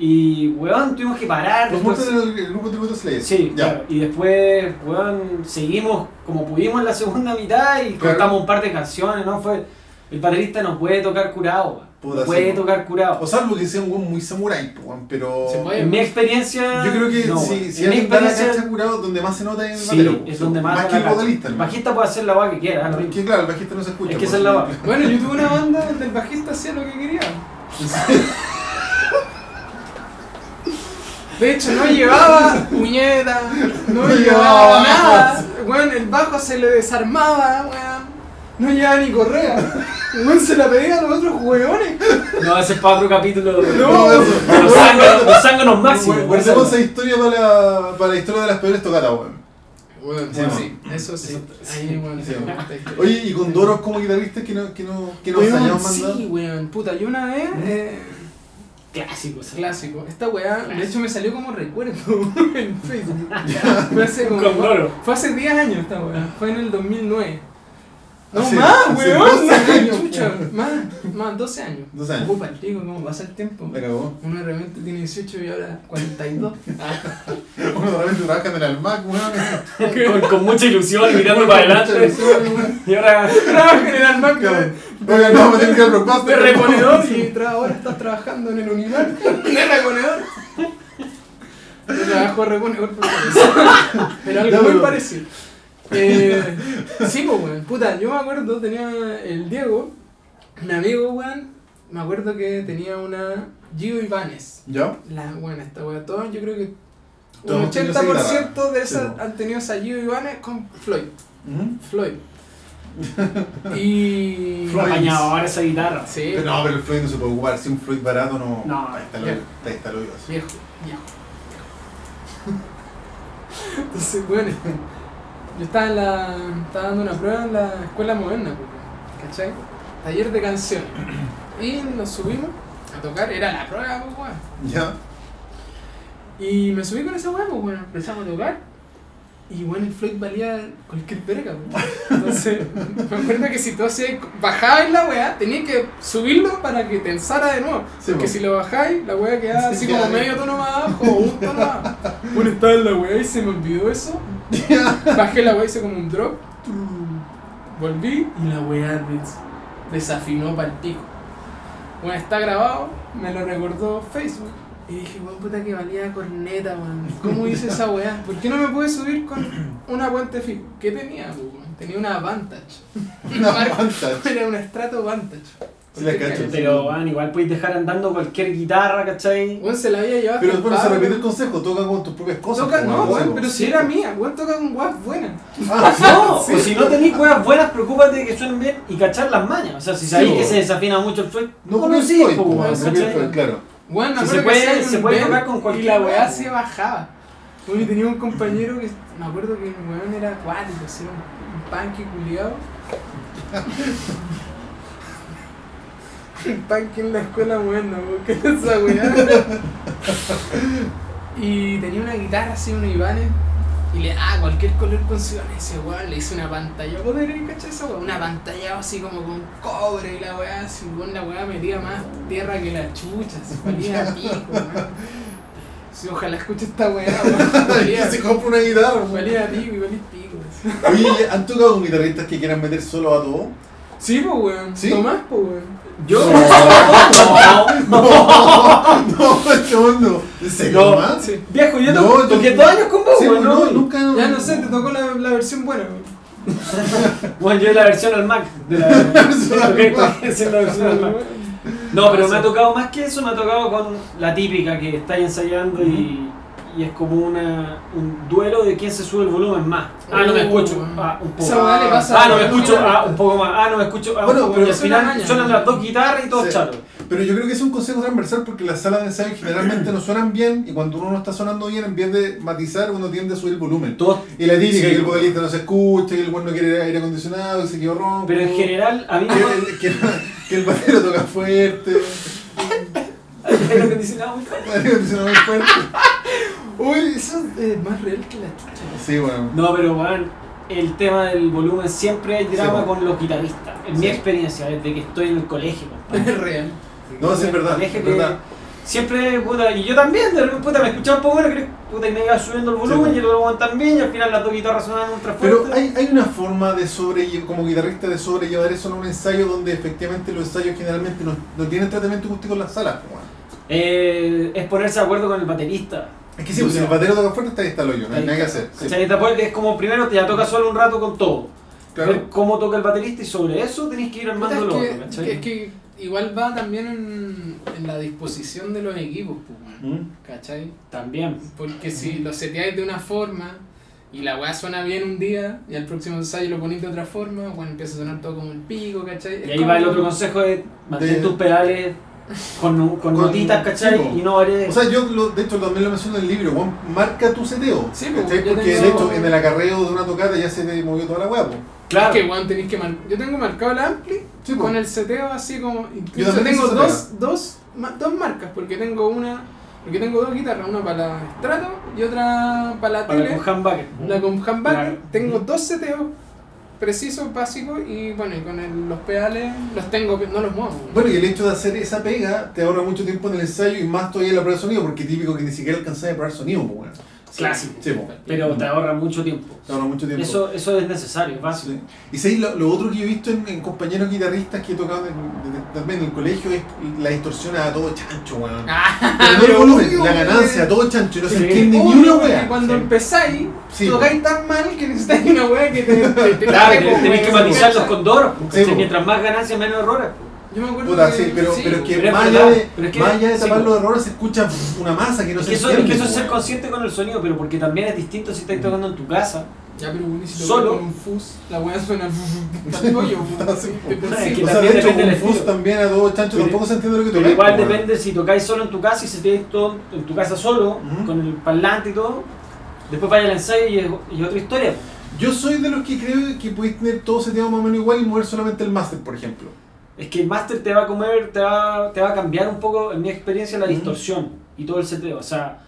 Y, weón, tuvimos que parar.
Los
después-
muertos del el grupo tributo Slayer.
Sí,
ya.
claro. Y después, weón, seguimos como pudimos en la segunda mitad y
Claro.
cortamos un par de canciones, ¿no? Fue. El baterista no puede tocar curado, weón.
Puta,
No puede
sí.
tocar curado.
O salvo que sea un weón muy samurái, po, weón, pero.
Se puede.
en mi experiencia.
Yo creo que
no,
si,
weón.
si alguien da
en mi
la
experiencia.
cancha curado, donde más se nota es el
sí,
batero. po.
es donde más.
Más
da
que
la
el
cacha.
vocalista.
El
¿no?
bajista puede hacer la va que quiera, ¿no?
Que claro, el bajista no se escucha.
Es que
po,
esa es
sí.
la va.
Bueno, yo tuve una banda donde el bajista hacía lo que quería. De hecho, no llevaba puñeta,
No
no
llevaba
llevaba nada. Weón, el bajo se le desarmaba, weón. No llevaba ni correa. Weón, se la pedía a los otros weones.
No, ese es para otro capítulo.
No, eso.
Los zánganos- los zánganos máximos.
Guardemos esa historia para, para la historia de las peores tocatas, weón.
Weón,
Sí,
sí, eso sí. Ahí, weón,
Sí,
se
weón.
cuenta historia.
Oye, y con Doros como guitarristas que, no, que, no, que nos hayamos
Weón,
mandado.
sí, weón, puta, yo una vez. eh,
Clásico, esa.
Clásico. Esta weá, de hecho me salió como recuerdo en Facebook. Fue hace como-
Con loro.
Fue hace 10 años esta weá. Fue en el 2009. No
Hace-
más,
hace
weón.
12 años,
chucha. Más, más, 12 años.
12 años.
Ocupa el pico, cómo pasa el tiempo.
Me cagó.
Uno de repente tiene 18 y ahora 42. Ah,
Uno de repente trabaja en el Almac, weón.
Con, con mucha ilusión, mirando para adelante. Y ahora.
Trabaja en el Almac,
Cabrón.
de
Oigan, no, me tengo que ir al Blockbuster.
reponedor y tra- ahora estás trabajando en el Unimark de reponedor. Yo trabajo de reponedor por cabeza. Pero
Ya,
algo muy
pero-
parecido. Eh, sí, pues, weón. Puta, yo me acuerdo, tenía el Diego, un amigo, weón. Me acuerdo que tenía una Gio Ibanez.
¿Ya?
La, bueno, esta weón, todos, yo creo que un
Todos tienen esa
80% de
Sí, pues.
esas
po.
han tenido esa Gio Ibanez con Floyd.
Ujú.
Floyd. Y.
Floyd.
Apañadora esa guitarra.
Sí,
Pero no, pero el Floyd no se puede ocupar. Si un Floyd barato no.
No,
ahí está lo,
ya.
ahí está lo vivas.
Viejo, viejo. Entonces, bueno, yo estaba, en la, estaba dando una prueba en la escuela moderna, pues, weón, ¿cachai? Taller de canciones. Y nos subimos a tocar, era la prueba, pues, weón.
¿Ya?
Y me subí con esa weá, pues, weón, empezamos a tocar. Y bueno, el Floyd valía cualquier verga, pues. Entonces, me acuerdo que si tú hacías, bajabas la weá, tenías que subirlo para que tensara de nuevo.
Sí,
Porque
po.
si lo bajáis, la weá quedaba
Sí,
así
queda
como
bien.
medio tono más abajo o un tono más abajo. Bueno, estaba en la weá y se me olvidó eso. Bajé la weá, hice como un drop. trum, Volví y la weá des- desafinó para el pico. Bueno, está grabado, me lo recordó Facebook. Y dije, weón, puta que valía corneta, weón. ¿Cómo hice esa weá? ¿Por qué no me pude subir con una puente fijo? ¿Qué tenía, weón? Tenía una Vantage.
Una pantalla.
Era una Strato Vantage.
Sí, la cacho.
Pero bueno, igual podéis dejar andando cualquier guitarra, ¿cachai?
Weón se la había llevado.
Pero
hasta
bueno, se
Pablo.
repite el consejo, toca con tus propias cosas. pues,
Toca,
po,
no, weón, pero
sí,
si era mía, weón toca con guas buenas.
Ah, sí.
No,
Sí.
o si no tenéis cuevas buenas, preocúpate de que suenen bien y cachar las mañas. O sea, si
Sí,
sabéis
po.
que se desafina mucho el Floyd,
No
lo
copió el
sigues,
Floyd,
po,
po,
pues, weón,
weón, no copió el
¿cachai?
Floyd, claro.
Weón, me acuerdo
Si se puede-
que hacía
se
un
puede
bend
tocar con
Y
cualquier
la weá
weá,
se
weón.
bajaba. Weón, y tenía un compañero que. Me acuerdo que el weón era cuático, así era un panque culiado. un panque en la escuela, bueno, porque esa weá. y tenía una guitarra así, una Ibanez. Y le da cualquier color con su ese weón. Le hice una pantalla. ¿Vos te cachai esa weón? Una pantalla así como con cobre y la weá. Así, weón, la weá metía más tierra que la chucha. Se valía a pico, weón. Sí, ojalá escuche esta weá, weón. Valía,
se compra una guitarra, weón.
valía a pico y valía a pico. así.
Oye, ¿han tocado con guitarristas que quieran meter solo a todo?
Sí, pues weón.
¿Sí?
Tomás, pues weón.
Yo.
No, este mundo. ¿En serio,
No.
Tomás?
Sí.
Viejo, yo
No,
to-
yo-
toqué dos años con vos,
Sí,
weón.
no,
¿no?
nunca.
Ya no sé, te tocó la, la versión buena, weón.
Bueno, yo la versión al Mac. De la, toqué- toqué haciendo la versión al Mac.
Ah,
No, pero me ha tocado más que eso, me ha tocado con la típica que estáis ensayando y, y es como una, un duelo de quién se sube el volumen más. Ah, no me
Uh,
escucho.
weón.
Ah, un
Esa
poco.
weá le pasa
Ah,
a
no me
la
escucho.
mayoría.
Ah, un poco más. Ah, no me escucho. Ah,
Bueno,
un poco
pero
más.
es
y al
una
final
maña.
suenan las dos guitarras y todo
Sí.
charo.
Pero yo creo que es un consejo transversal porque las salas de ensayo generalmente no suenan bien y cuando uno no está sonando bien, en vez de matizar, uno tiende a subir el volumen.
Todos-
Y la típica
Sí.
que el vocalista no se escucha, que el güey no quiere aire acondicionado, que se quedó ronco.
Pero en general, a mí
Que, el- que, que el batero toca fuerte,
me lo que dicen, ah, weón.
el aire acondicionado es fuerte.
Uy, eso es eh, más real que la chucha.
Sí, bueno.
No, pero weón, el tema del volumen siempre hay drama
Sí,
con los guitarristas. En
Sí.
mi experiencia, desde que estoy en el colegio, compadre.
Es real.
No, sí, es verdad.
Deje
Es
que-
verdad.
Siempre, puta, y yo también, de repente, puta, me escuchaba un poco, pero creo- puta, y me iba subiendo el volumen,
Sí,
y el volumen también, y al final las dos guitarras sonaban ultra fuerte.
Pero hay, hay una forma de sobrellevar, como guitarrista, de sobrellevar eso en un ensayo donde efectivamente los ensayos generalmente no, no tienen tratamiento acústico en las salas. pues, bueno.
Eh, es ponerse de acuerdo con el baterista.
Es que sí, pues, si el batero toca fuerte, está ahí está el hoyo, no hay nada que hacer. Sí,
¿Cachai? Después Es como primero te ya toca solo un rato con todo.
claro.
Ver cómo toca el baterista y sobre eso tenés que ir
Puta,
armando
es
lo
que-
otro,
que,
¿cachai?
es que igual va también en, en la disposición de los equipos, pues, weón,
Mm.
¿cachai?
También.
Porque
Mm.
si lo seteáis de una forma y la weá suena bien un día y al próximo ensayo lo ponéis de otra forma, bueno, empieza a sonar todo como el pico, ¿cachai?
Y
Es
ahí
como-
va el otro consejo de mantén
De-
tus pedales con, con,
Con-
notitas, ¿cachai?
sí, po.
y no varíes.
O sea, yo lo- de hecho también lo menciono en el libro, weón, marca tu seteo.
Sí, pues,
¿cachai?
yo
Porque de
tengo-
hecho en el acarreo de una tocata ya se te movió toda la hueá. pues.
claro.
Es que, weón, tenéis que marcar. Yo tengo marcado el ampli
Sí, pues.
con el seteo así como.
Yo
Incluso
también
tengo
hice
dos, dos, ma- dos marcas, porque tengo una. Porque tengo dos guitarras, una para la Strato y otra para la
para
tele.
con humbucker.
La con humbucker
Claro.
tengo dos seteos precisos, básicos, y bueno, y con el- los pedales los tengo, no los muevo.
Bueno, y el hecho de hacer esa pega te ahorra mucho tiempo en el ensayo y más todavía en la prueba de sonido, porque típico que ni siquiera alcanzás a probar sonido, pues, weón.
clásico.
Sí, pues,
Pero te ahorra mucho tiempo.
te ahorra mucho tiempo.
Eso, eso es necesario, es básico.
Sí. Y sí, lo, lo otro que yo he visto en, en compañeros guitarristas que he tocado en- de- de- también en el colegio es la distorsión a todo chancho, weón. Pero
Ah,
no el
pero
volumen,
obvio,
la
güey.
ganancia, a todo chancho, y no se
Sí.
entiende ni
Obvio,
una
porque
weá.
Cuando
Sí.
empezáis,
Sí,
tocáis tan mal que necesitáis una weá que te, te, te
Claro,
tape,
tenés, tenés que
güey,
matizar los
¿cachai?
condoros. porque
Sí,
si
po.
mientras más ganancias, menos errores. po.
Yo me acuerdo
Puta,
que-
sí, pero, pero es que
pero es
más allá
verdad,
de,
pero es que-
más allá de
sí,
tapar
po.
los errores se escucha una masa que no
Es
se
que eso, es
entiende.
que eso es ser
po, weón.
consciente con el sonido, pero porque también es distinto si estás tocando en tu casa.
Ya, pero güey, si lo
Solo.
Solo. con un fus, la weá suena. pa'l hoyo, güey.
Sí,
Te
po.
Es que
persigue.
o sea,
también
de hecho,
depende
con
del
Fuzz
estilo.
también a todo chancho
Pero-
tampoco se entiende lo que
Pero
tocáis,
igual
po, weón.
depende si tocáis solo en tu casa y si estáis todo en tu casa solo,
Ujú.
con el parlante y todo. Después vaya al ensayo y es, y es otra historia.
Yo soy de los que creo que podéis tener todo seteado más o menos igual y mover solamente el máster, por ejemplo.
Es que el máster te va a comer, te va, te va a cambiar un poco, en mi experiencia, la
Ujú.
distorsión y todo el seteo. O sea,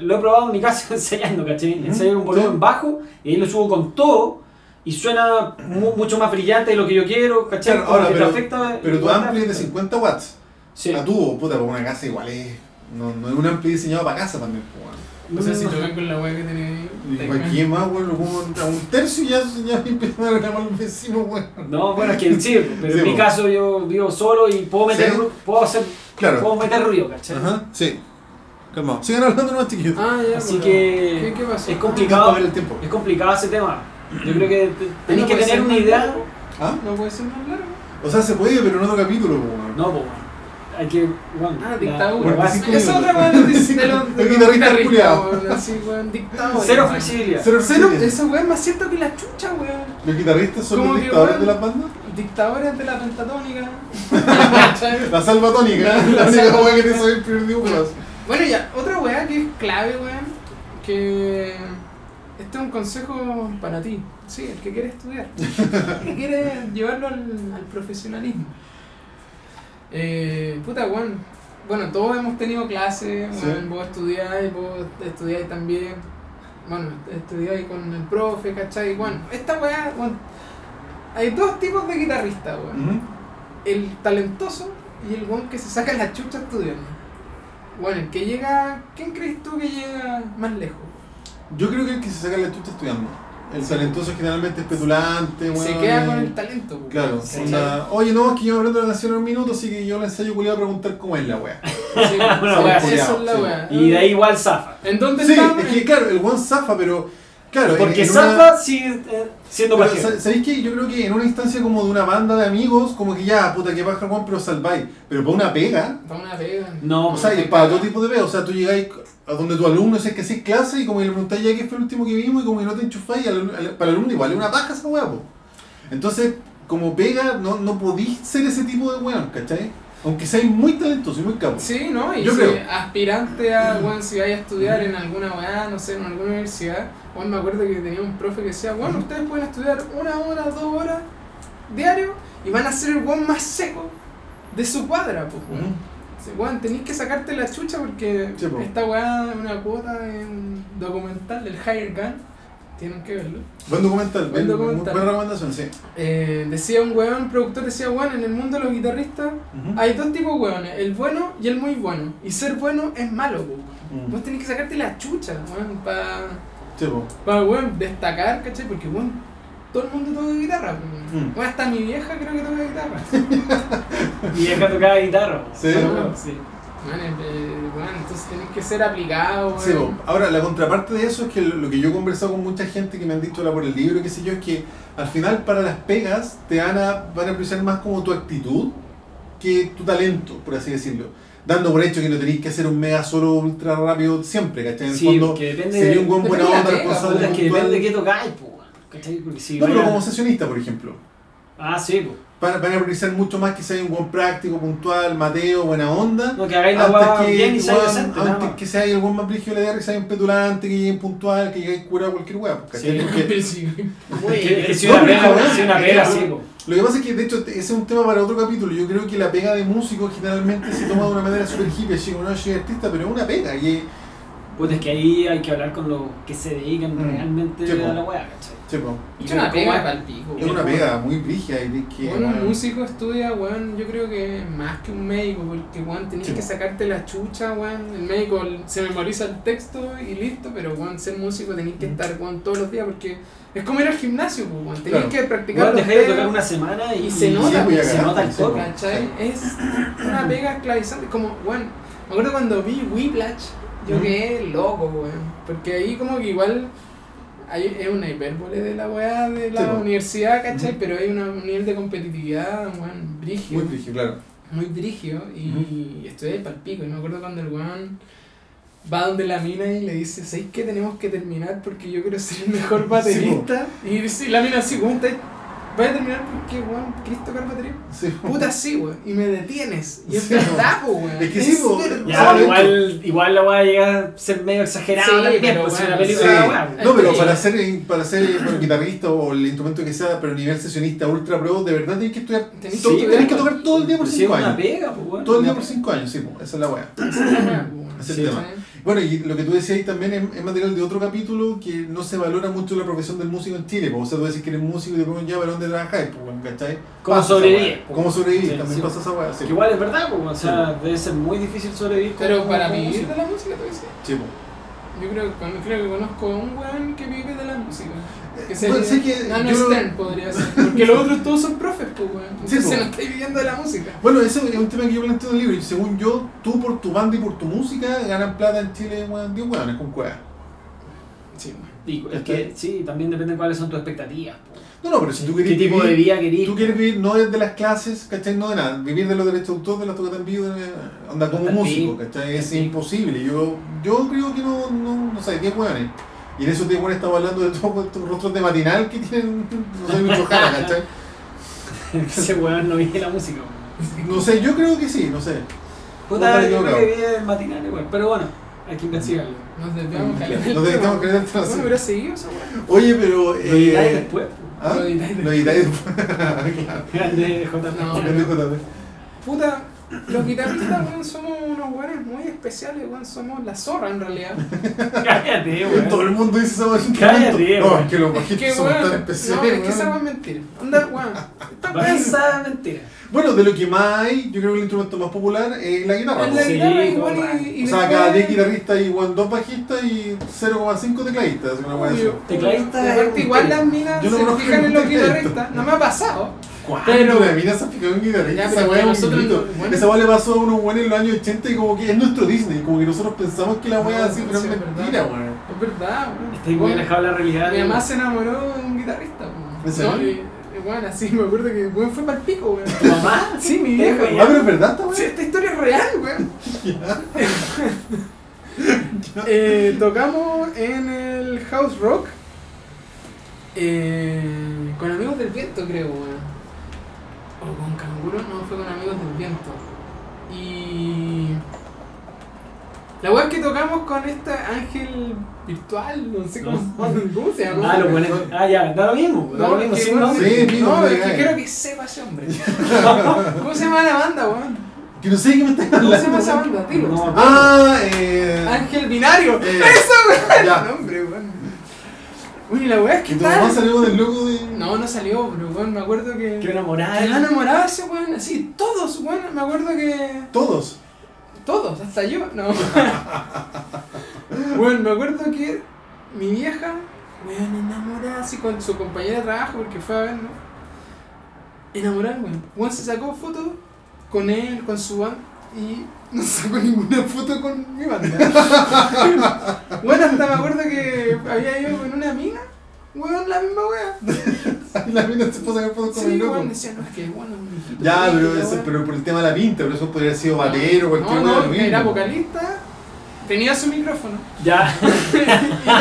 lo he probado en mi casa enseñando, ¿cachai?
Ujú,
Ensayo un
sí.
volumen bajo y ahí lo subo con todo y suena mu- mucho más brillante de lo que yo quiero, ¿cachai?
Claro,
Como
ahora,
que te
pero-
afecta,
Pero tu
igual te
ampli es de ah,
afecta.
50 watts.
Sí.
A tubo, puta, para una casa igual es. No, no es un ampli diseñado para casa también, po, weón.
O sea, si
Mm.
tocan con la weá que tenés.
Y
te-
Aquí más, weón, lo pongo a un tercio y ya, ya empiezan a reclamar los vecinos, weón.
No, bueno, es que sí, pero
Sí,
en mi
po.
caso yo vivo solo y puedo meter,
Sí.
ru- puedo hacer,
Claro.
puedo meter ruido, ¿cachai?
Ajá, sí. Calmado. Sigan hablando nomás, chiquillos.
Ah, ya,
Así
pero-
que
¿Qué, qué pasó?
es
Me encanta
complicado,
ver el tiempo.
es complicado ese tema. Yo creo que te- tenés
¿No
que
puede
tener
ser
una
más
idea.
largo?
¿Ah?
No puede ser más largo.
O sea, se puede, pero en otro capítulo, po, weón.
No, pues, weón. hay que. Bueno,
Ah,
la-
dictadura.
la base-
Porque
es
cinco
otra weá de los
minutos.
de los- de
El
los
guitarrista
guitarristas,
culiao.
weón, Así, weón, dictador.
Cero
weón.
flexibilidad.
Cero
Cero,
flexibilidad.
esa weá es más cierto que la chucha, weón.
¿Los guitarristas son
Como
los
que,
dictadores
weón.
de las bandas?
Dictadores de la pentatónica. ¿Cachai?
La salva tónica,
La-
la
la
única
salva
weá que te
tónica.
sabe el primer dibujo.
bueno, ya, otra weá que es clave, weón. Que. Este es un consejo para ti. Sí, el que quiere estudiar. El que quiere llevarlo al, al profesionalismo. Eh, puta, weón. Bueno, todos hemos tenido clases,
Sí.
weón. Vos estudiáis, vos estudiáis también. bueno, estudiáis con el profe, ¿cachai? Bueno, esta weá, bueno, hay dos tipos de guitarristas, weón.
Ujú.
El talentoso y el weón que se saca la chucha estudiando. Bueno, el que llega, ¿quién crees tú que llega más lejos?
Yo creo que el que se saca la chucha estudiando. El talentoso generalmente es petulante, weón. eh,
se queda con el talento, weón.
Claro,
¿cachai?
onda, oye, no, es que yo aprendo la canción en un minuto, así que yo la ensayo culiado a preguntar cómo es la wea.
Sí,
Una
sí,
weá,
esa es la
sí.
weá.
Y de ahí igual zafa.
¿En dónde
Sí,
estamos?
es que claro, el one zafa, pero. Claro, en-
Porque
en una-
zafa sigue eh, siendo
Pero,
pajero.
sa- ¿Sabéis qué? Yo creo que en una instancia como de una banda de amigos, como que ya, puta, que baja Juan, pero salváis. Pero para una pega,
Toma una pega.
No,
o sea, y para todo tipo de pega, o sea, tú llegáis a donde tu alumno, si es que hacís clase, y como que le preguntáis ya qué fue el último que vimos, y como que no te enchufáis, y al- al- para el alumno igual es una paja esa weá, po. Entonces, como pega, no, no podís ser ese tipo de weón, ¿cachai? Aunque seáis muy talentoso y muy capo.
Sí, ¿no? Y
Yo
si
creo.
aspirante a, bueno, si vais a estudiar en alguna weá, no sé, en alguna universidad, bueno, me acuerdo que tenía un profe que decía, bueno, ustedes pueden estudiar una hora, dos horas diario y van a ser el weón más seco de su cuadra, pues, weón. Sí, weón, tenéis que sacarte la chucha porque
Sí, po.
esta weá es una cuota en un documental, el Higher Gun, tienen que verlo.
Buen documental,
Buen
bien-
documental.
buena recomendación, sí.
Eh, decía un weón, un productor decía, bueno, en el mundo de los guitarristas
Ujú.
hay dos tipos de weones, el bueno y el muy bueno. Y ser bueno es malo, po, weón.
Mm.
Vos tenés que sacarte la chucha, weón, para
Sí, po.
pa, weón, destacar, ¿cachai? Porque, weón, todo el mundo toca guitarra, weón.
Mm.
Weón, hasta mi vieja creo que toca guitarra.
Y deja tocar guitarra. pues.
Sí.
sí.
Weón, eh, weón, entonces tenés que ser aplicado, weón.
Sí, bo. ahora la contraparte de eso es que lo que yo he conversado con mucha gente que me han dicho ahora por el libro, qué sé yo, es que al final para las pegas te van a, van a apreciar más como tu actitud que tu talento, por así decirlo. Dando por hecho que no tenéis que hacer un mega solo ultra rápido siempre, ¿cachai? En el
Sí,
fondo,
porque depende
sería un buen
depende
buena
de la
onda,
pega,
responsable,
Puta, pues, es que depende de
puntual.
qué tocáis, po, weón. ¿Cachai? Porque si
No, pero
vaya-
como sesionista, por ejemplo.
Ah, sí, po.
Van, van a apreciar mucho más que sea un buen práctico, puntual, mateo, buena onda.
No, que hagáis la
Antes
guapa
que,
bien y sea
weón,
decente, nada
antes
más.
que sea el buen más brígido de la guerra, que sea un petulante, que llegue impuntual, que llegue curado a cualquier hueá. pues, ¿cachai?
Sí.
Porque
Pero sí, weón.
Que- que si
no,
una
pero
pega,
weón,
si una
es
pega,
que-
sí, pues. po.
lo que pasa es que, de hecho, te- ese es un tema para otro capítulo. Yo creo que la pega de músicos generalmente se toma de una manera súper hippie, así como no yo soy artista, pero es una pega. Y,
Puta, Pues es que ahí hay que hablar con los que se dedican
Mm.
realmente
Sí, po.
a la weá, ¿cachai?
che, po,
Es una pega
¿Cómo es?
pa'l pico,
es una
weón.
pega muy brígida. Y es que,
Weón, un
weón,
músico estudia, weón, yo creo que más que un médico, porque, weón, tenés
Sí,
que
po.
sacarte la chucha, weón. El médico se memoriza el texto y listo, pero, weón, ser músico tenés que estar, weón, todos los días, porque es como ir al gimnasio, po, weón. Tenés
Claro.
que practicar
Weón,
los
dejáis de
dedos,
tocar una semana y
Y se nota,
sí,
po,
weón,
ya
se
cagaste,
nota el
sí,
coco.
po.
¿cachai? Es una pega esclavizante, como, weón, me acuerdo cuando vi Whiplash, yo
Ujú.
quedé loco, weón. Porque ahí como que igual... Hay, es una hipérbole de la weá de la
Sí, po.
universidad, ¿cachai?
Ujú.
Pero hay una- un nivel de competitividad, weón, brígido
Muy brígido, claro.
muy brígido y estudié para el pico. Y me acuerdo cuando el weón va donde la mina y le dice, ¿sabéis qué tenemos que terminar? Porque yo quiero ser el mejor baterista. y dice, la mina así, weón, te- voy a terminar porque, weón, ¿querés tocar batería?
Sí, po.
Puta, sí, weón. Y me detienes. Y es
Sí,
verdad, po, weón.
Es que sí, po.
verdad.
Ya,
Exactamente.
igual, igual la weá llega a ser medio exagerada
Sí,
también,
pero
pues
bueno,
una
Sí.
película de la weá.
No, pero
Sí.
para ser, para ser eh, bueno, guitarrista o el instrumento que sea, pero a nivel sesionista ultra pro, de verdad tenés que estudiar.
Tenés
to-
que
tenés
estudiar.
que tocar todo el día por
Sí, es
5
una
años.
pega, pues, weón.
Todo el día por 5 años, sí, po, esa es la weá.
Esa es la weá, po, weón.
Ese es
Sí,
el tema.
¿sabes?
Bueno, y lo que tú decías ahí también es, es material de otro capítulo que no se valora mucho la profesión del músico en Chile. po. O sea, tú decís que eres músico y te ponen ya, pero ¿dónde trabajáis? po, weón? ¿Cachai?
¿Cómo
Pasa esa
sobrevivís?
weá. ¿Cómo sobrevivís?
pues. Sí,
también
sí.
pasa esa weá. Sí,
Que igual es verdad, pues, o sea, debe ser muy difícil sobrevivir. con-
Pero
con-
para
con
vivir
música.
de la música, te voy a decir.
Sí, po.
Yo creo, que- creo que conozco a un weón que vive de la música. Que
Eh,
se
bueno, sé que
Nano
yo-
Stern podría ser. Porque los otros todos son profes, pues, weón.
Sí,
Entonces
po.
no estáis viviendo de la música.
Bueno, ese es un tema que yo planteo en el libro. Y según yo, tú por tu banda y por tu música ganan plata en Chile, weón, de weones con cuevas.
Sí, weón.
Y es que sí, también depende de cuáles son tus expectativas. po.
No, no, pero si tú
¿Qué
querés
tipo de
vivir-
vida querís?
Tú quieres vivir no de las clases, ¿cachai? No de nada. Vivir de los derechos de autor, de las tocatas en vivo, de- onda como
Hasta el
músico,
fin.
¿cachai? Es
Sí.
imposible. Yo, yo creo que no, no, no sé, 10 hueones. Y en esos 10 hueones estamos hablando de todos estos rostros de matinal que tienen, no sé, mucho jala, ¿cachai?
Ese weón no vive la música. pues. weón.
No sé, yo creo que sí, no sé.
Puta,
Puta,
yo creo
yo
que vive el matinal igual. Pero bueno, hay que investigarlo.
Nos desviamos
Claro,
caleta.
nos desviamos caleta, entonces.
Bueno, hubiera seguido esa weón.
Oye, pero...
Lo editáis
Eh,
después.
¿Ah?
Lo editáis
Lo editáis después. Claro.
po. Grande J.
No.
Lo editáis después.
Puta, Los guitarristas, weón, somos unos weones muy especiales, weón. Somos la zorra en realidad.
Cállate,
Todo
weón.
el mundo dice esa weón.
Cállate,
No,
weón.
es que los
Es que,
bajistas son
weón.
tan
No,
especiales.
es que esa
weón.
weón es mentira. Anda, weón. Esta weón es
Esa mentira.
Bueno, de lo que más hay, yo creo que el instrumento más popular es la guitarra. pues,
Es
po.
la
Sí,
guitarra
todo
igual
raro.
y, y
o sea,
después-
cada 10 guitarristas y weón, dos bajistas y 0,5 tecladistas. Una weá así.
Obvio.
Tecladista
Y aparte
es un
igual
tema.
las minas
Yo no
se
conozco
fijan en
ningún
los
tecladista.
guitarristas. No me ha pasado.
Ah, Pero
Pero-
la mina se fijó en guitarrista,
Ya, pero
esa
que
weá es un
nosotros
mito.
no- bueno.
Esa weá le pasó a unos buenos en los años 80 y como que es nuestro Disney, como que nosotros pensamos que la weá
No,
así,
no,
pero es
sí, es verdad.
mentira, weón.
Es verdad, weón.
Estoy muy
Weón,
alejado de la realidad.
Mi mamá se enamoró de un guitarrista, weón.
¿En serio?
No, y- y, weón, así me acuerdo que weón fue para el pico, weón.
¿Tu mamá?
Sí, mi vieja,
güey.
weón.
Ah, pero es verdad esta
Sí,
weá.
esta historia es real, weón. Eh, tocamos en el House Rock eh, con Amigos del Viento, creo, weón. O con Canguro, no, fue con Amigos del Viento. Y. La weón que tocamos con este ángel virtual, no sé cómo, ¿cómo se llama.
Ah, lo bueno. Ah, ya, da lo mismo. Da lo
No,
mismo,
es que,
sin
weón,
nombre.
Sí, amigo,
no,
me
es que
cae.
quiero que sepa ese hombre. ¿Cómo se llama la banda, weón?
Que no sé de qué me estás hablando.
¿Cómo se llama esa
weón.
banda? Dilo.
No,
Ah, eh.
Ángel Binario.
Eh,
Eso, weón.
ya.
No, hombre, weón. Uy, la weá es
Que
que
tu mamá
tal.
salió del loco de.
No, no salió, pero weón, me acuerdo que.
Quiero
Que la
enamorar.
enamoraba ese weón, así, todos, weón, me acuerdo que.
Todos.
Todos, hasta yo, no. bueno, me acuerdo que mi vieja, weón, enamorada así con su compañera de trabajo, porque fue a verlo. Enamorada, weón. Weón se sacó fotos con él, con su banda, y no sacó ninguna foto con mi banda. bueno, hasta me acuerdo que había ido con una mina, weón, la misma wea.
Y la mina se puso a sacar fotos con el
Sí,
loco.
weón, decía, no, es que bueno, mi hijito.
Ya,
mi
pero,
hijito,
eso,
weón".
pero por el tema de la pinta, pero eso podría haber sido valero o cualquier
no,
weá,
no,
lo
era
mismo.
vocalista, tenía su micrófono.
Ya.
y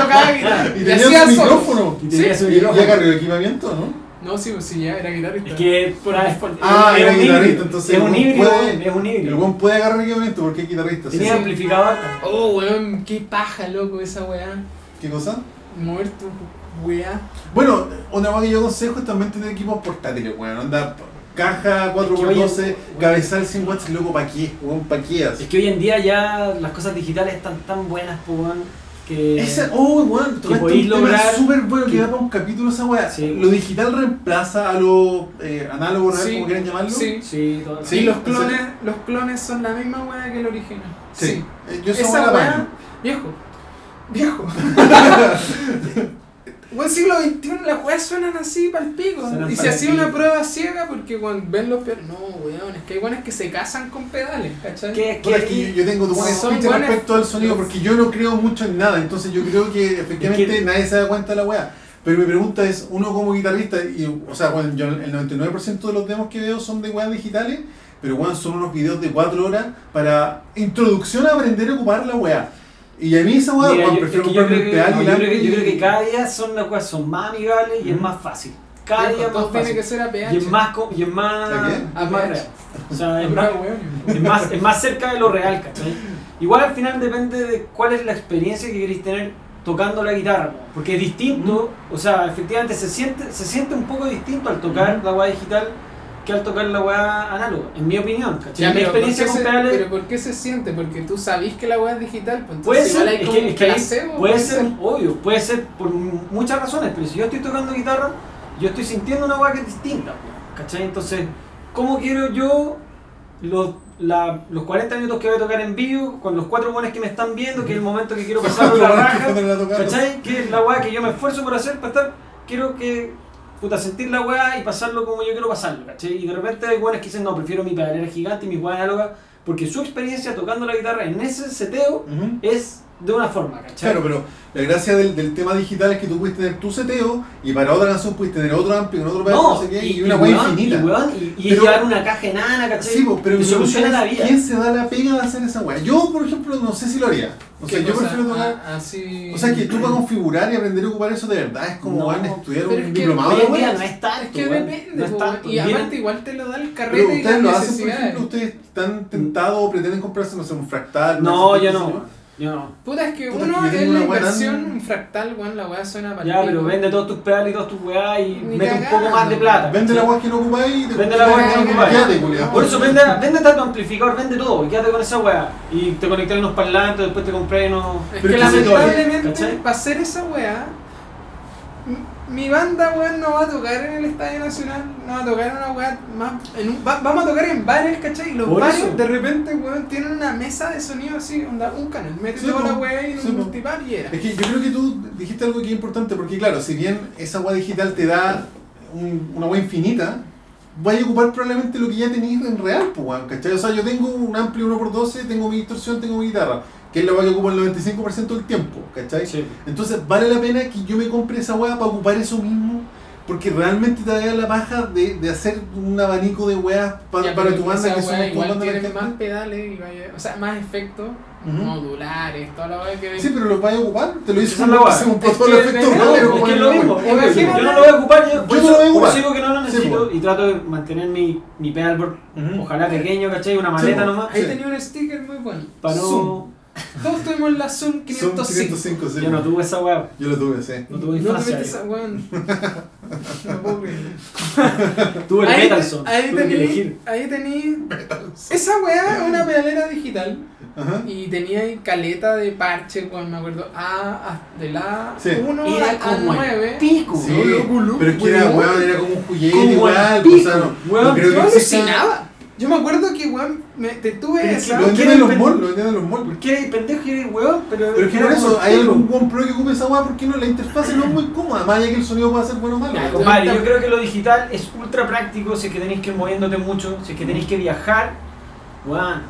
tocaba guitarra.
Y tenía su
solos.
micrófono.
Y tenía
Sí,
Y
su
ya
micrófono.
cargó el equipamiento, ¿no?
No, sí, pues sí, ya era guitarrista.
Es que por ahí.
Ah,
es
era
un
guitarrista,
híbrido.
entonces
Es
el
un
weón
híbrido,
puede-
weón, es un
El
híbrido.
buen puede agarrar equipamiento porque es guitarrista. ¿sí?
Tenía amplificador.
Oh, weón, qué paja, loco, esa weá.
¿Qué cosa?
Mover tu weá.
Bueno, una cosa que yo aconsejo es también tener equipos portátiles, weón. Onda, caja
Es que
4x12,
oye,
cabezal 100 watts, loco, pa' qué, weón, pa' qué así.
Es que hoy en día ya las cosas digitales están tan buenas, po, weón, Eh, que.
Esa, oh, weón, tocaste
podéis
un tema
lograr-
súper bueno que
que-
da para un capítulo esa weá.
Sí.
Lo digital reemplaza a lo eh, análogo, ¿no? como quieran llamarlo.
Sí.
Sí, todo.
Sí,
Y los
en
clones, los clones son la misma weá que el original.
Sí. Eh, yo esa weá
Esa
la
weá,
apaño.
viejo. Viejo. Weón, siglo XXI, las weas suenan así pal pico.
Suenan
Y si
pal
hacía una
pico.
prueba ciega, porque weón, ven los peores. No, weón, es que hay weones que se casan con pedales, ¿cachai?
¿Qué,
Bueno, es que yo, yo tengo tu buen
Son
speech
buenas-
respecto al sonido, porque yo no creo mucho en nada, entonces yo creo que efectivamente
Es que-
nadie se da cuenta de la weá. Pero mi pregunta es, uno como guitarrista, y, o sea, bueno, yo el 99% de los demos que veo son de weas digitales, pero weón, son unos videos de 4 horas para introducción a aprender a ocupar la weá. Y a mí esa weá,
Mira,
weón,
yo-
prefiero
es que yo
comprarme
creo
un
que-
pedal
no,
y
yo
la...
creo que- Yo creo que
y-
cada día son las cosas son más amigables y es
Ujú.
más fácil. Cada
Viejo,
día es más
todo tiene
fácil.
que ser a PH.
Y es más. co- Y es más.
¿A qué?
es más
A
real. O sea, es más,
Pura weón.
es, más, es más cerca de lo real, ¿cachai? Igual al final depende de cuál es la experiencia que queréis tener tocando la guitarra, po, porque es distinto, o sea, efectivamente se siente, se siente un poco distinto al tocar la weá digital que al tocar la weá análoga, en mi opinión, ¿cachai?
Ya,
mi
pero,
experiencia
¿por
con
qué se-
pedales-
pero ¿por qué se siente? Porque tú sabís que la weá es digital, pues entonces
Puede ser,
igual hay
es
como
que,
un
es que ahí
placebo,
puede
puede
ser, obvio, puede ser por m- muchas razones, pero si yo estoy tocando guitarra, yo estoy sintiendo una hueá que es distinta, po, ¿cachai? Entonces, ¿cómo quiero yo los, la- los 40 minutos que voy a tocar en vivo, con los cuatro buenos que me están viendo, que es el momento que quiero pasar la raja, ¿cachai? Que es la hueá que yo me esfuerzo por hacer para estar, quiero que, puta, sentir la hueá y pasarlo como yo quiero pasarlo, ¿cachai? Y de repente hay hueones que dicen, no, prefiero mi pedalera gigante y mi hueá análoga, porque su experiencia tocando la guitarra en ese seteo
Ujú.
es de una forma, ¿cachai?
Claro, pero la gracia del, del tema digital es que tú puedes tener tu seteo y para otra canción puedes tener otro amplio, con otro pedal, no, sé qué, y, una wea
weón,
infinita.
Y, weón, y- y
Pero-
llevar una caja enana, ¿cachai?
Sí, pues, pero
Te
mi pregunta
soluciona la
es,
vida.
¿Quién se da la pega de hacer esa wea? Yo, por ejemplo, no sé si lo haría. O sea, yo
Ah,
prefiero tocar.
Así...
O sea, que tú para configurar y aprender a ocupar eso de verdad es como
No,
van a estudiar
pero
un
es que
diplomado
Hoy
de
en día
wea.
no es tanto,
Es que
weón,
depende,
no es
po,
tanto.
y
Viene-
aparte igual te lo da el
Pero
carrete y
ustedes
las
lo hacen, por
necesidades.
ejemplo, ustedes están tentados o pretenden comprarse, no sé, un fractal.
No,
sé qué,
yo
qué sé
no. Yo no.
Puta, es que
Puta,
uno
que yo tengo
es la
una weá
inversión
tan-
fractal, weón, la weá suena para
Ya, pero vende todos tus pedales y todas tus weas y
Ni
mete un
cagando.
poco más de plata.
Vende la agua que no ocupáis y te
Vende la
weá que no ocupáis.
Quédate, culiao.
Por eso vende, vende tanto amplificador, vende todo y quédate con esa wea. Y te conectas unos parlantes, después te compré unos.
Es
Pero
que
es que se
lamentablemente,
¿Cachai?
para hacer esa weá, m- mi banda weón no va a tocar en el Estadio Nacional, no va a tocar en una weá más. en un- va- vamos a tocar en bares, ¿cachai? Y los
Por
bares
eso.
de repente weón tienen una mesa de sonido así, onda, un canal, mete
Sí,
toda
po.
la weá y
Sí,
un
po.
multipar y era.
Es que yo creo que tú dijiste algo que es importante, porque claro, si bien esa agua digital te da un- una agua infinita, vas a ocupar probablemente lo que ya tenías en real, pues, weón, ¿cachai? O sea, yo tengo un amplio 1x12, tengo mi distorsión, tengo mi guitarra, que es la agua que ocupa el 95% del tiempo, ¿cachai?
Sí.
Entonces, ¿vale la pena que yo me compre esa weá para ocupar eso mismo? Porque realmente te da la paja de, de hacer un abanico de weas pa-
Ya,
para
pero
tu banda,
esa
que
weá
somos tu
igual
banda
tiene
emergente.
más pedales, y vaya- o sea, más efectos
Ujú.
modulares, toda la weá que.
Sí, pero los vas a ocupar, te lo
Esa
hizo
es la
un
weá.
se compró
Es
todo
que
el efecto
de-
no,
es
pero
que
como
es
el
lo
weón.
mismo.
Imagínate-
obvio, Yo no lo voy a ocupar, yo,
Yo no
por eso,
lo voy a
por
ocupar.
eso digo que no lo
Sí,
necesito
po.
y trato de mantener mi, mi pedalboard,
Ujú.
ojalá pequeño, ¿cachai? Una maleta
po.
nomás.
Ahí
Sí.
tenía un sticker muy bueno.
Para no.
Zoom.
Todos tuvimos la Zoom
Son
505.
505, sí.
Yo no tuve esa wea.
Yo lo tuve, sí.
No tuve
No te
infancia.
metes a weón. No puedo creerlo.
Tuve el
Ahí te-
Metalson.
Ahí
tuve que
tení.
elegir.
Ahí tení. Esa weá es una pedalera digital.
Ajá.
Y tenía ahí caleta de parche, weón. Me acuerdo. A, a- de la
Sí.
1
Era
a
como el
9.
pico.
Sí,
weón.
pero es que era
weón.
weón, era como un juguete
Como
igual, pues,
al pico,
o sea, no, no
weón,
creo
Yo
que exista-
alucinaba. Yo me acuerdo que weón. Me, te tuve
Pero es que
esa.
Lo
¿Quién
vendían en los
pen-
malls, lo vendían en los malls.
Porque eres pendejo y eres weón, pero.
Pero es que
era
por eso,
como
hay
el pico.
algún buen pro que ocupe esa weá, porque no, la interfaz no es muy cómoda, más allá que el sonido pueda ser bueno o malo.
Ya,
weón.
Compadre, yo creo que lo digital es ultra práctico si es que tenéis que ir moviéndote mucho, si es que tenéis que viajar, weón,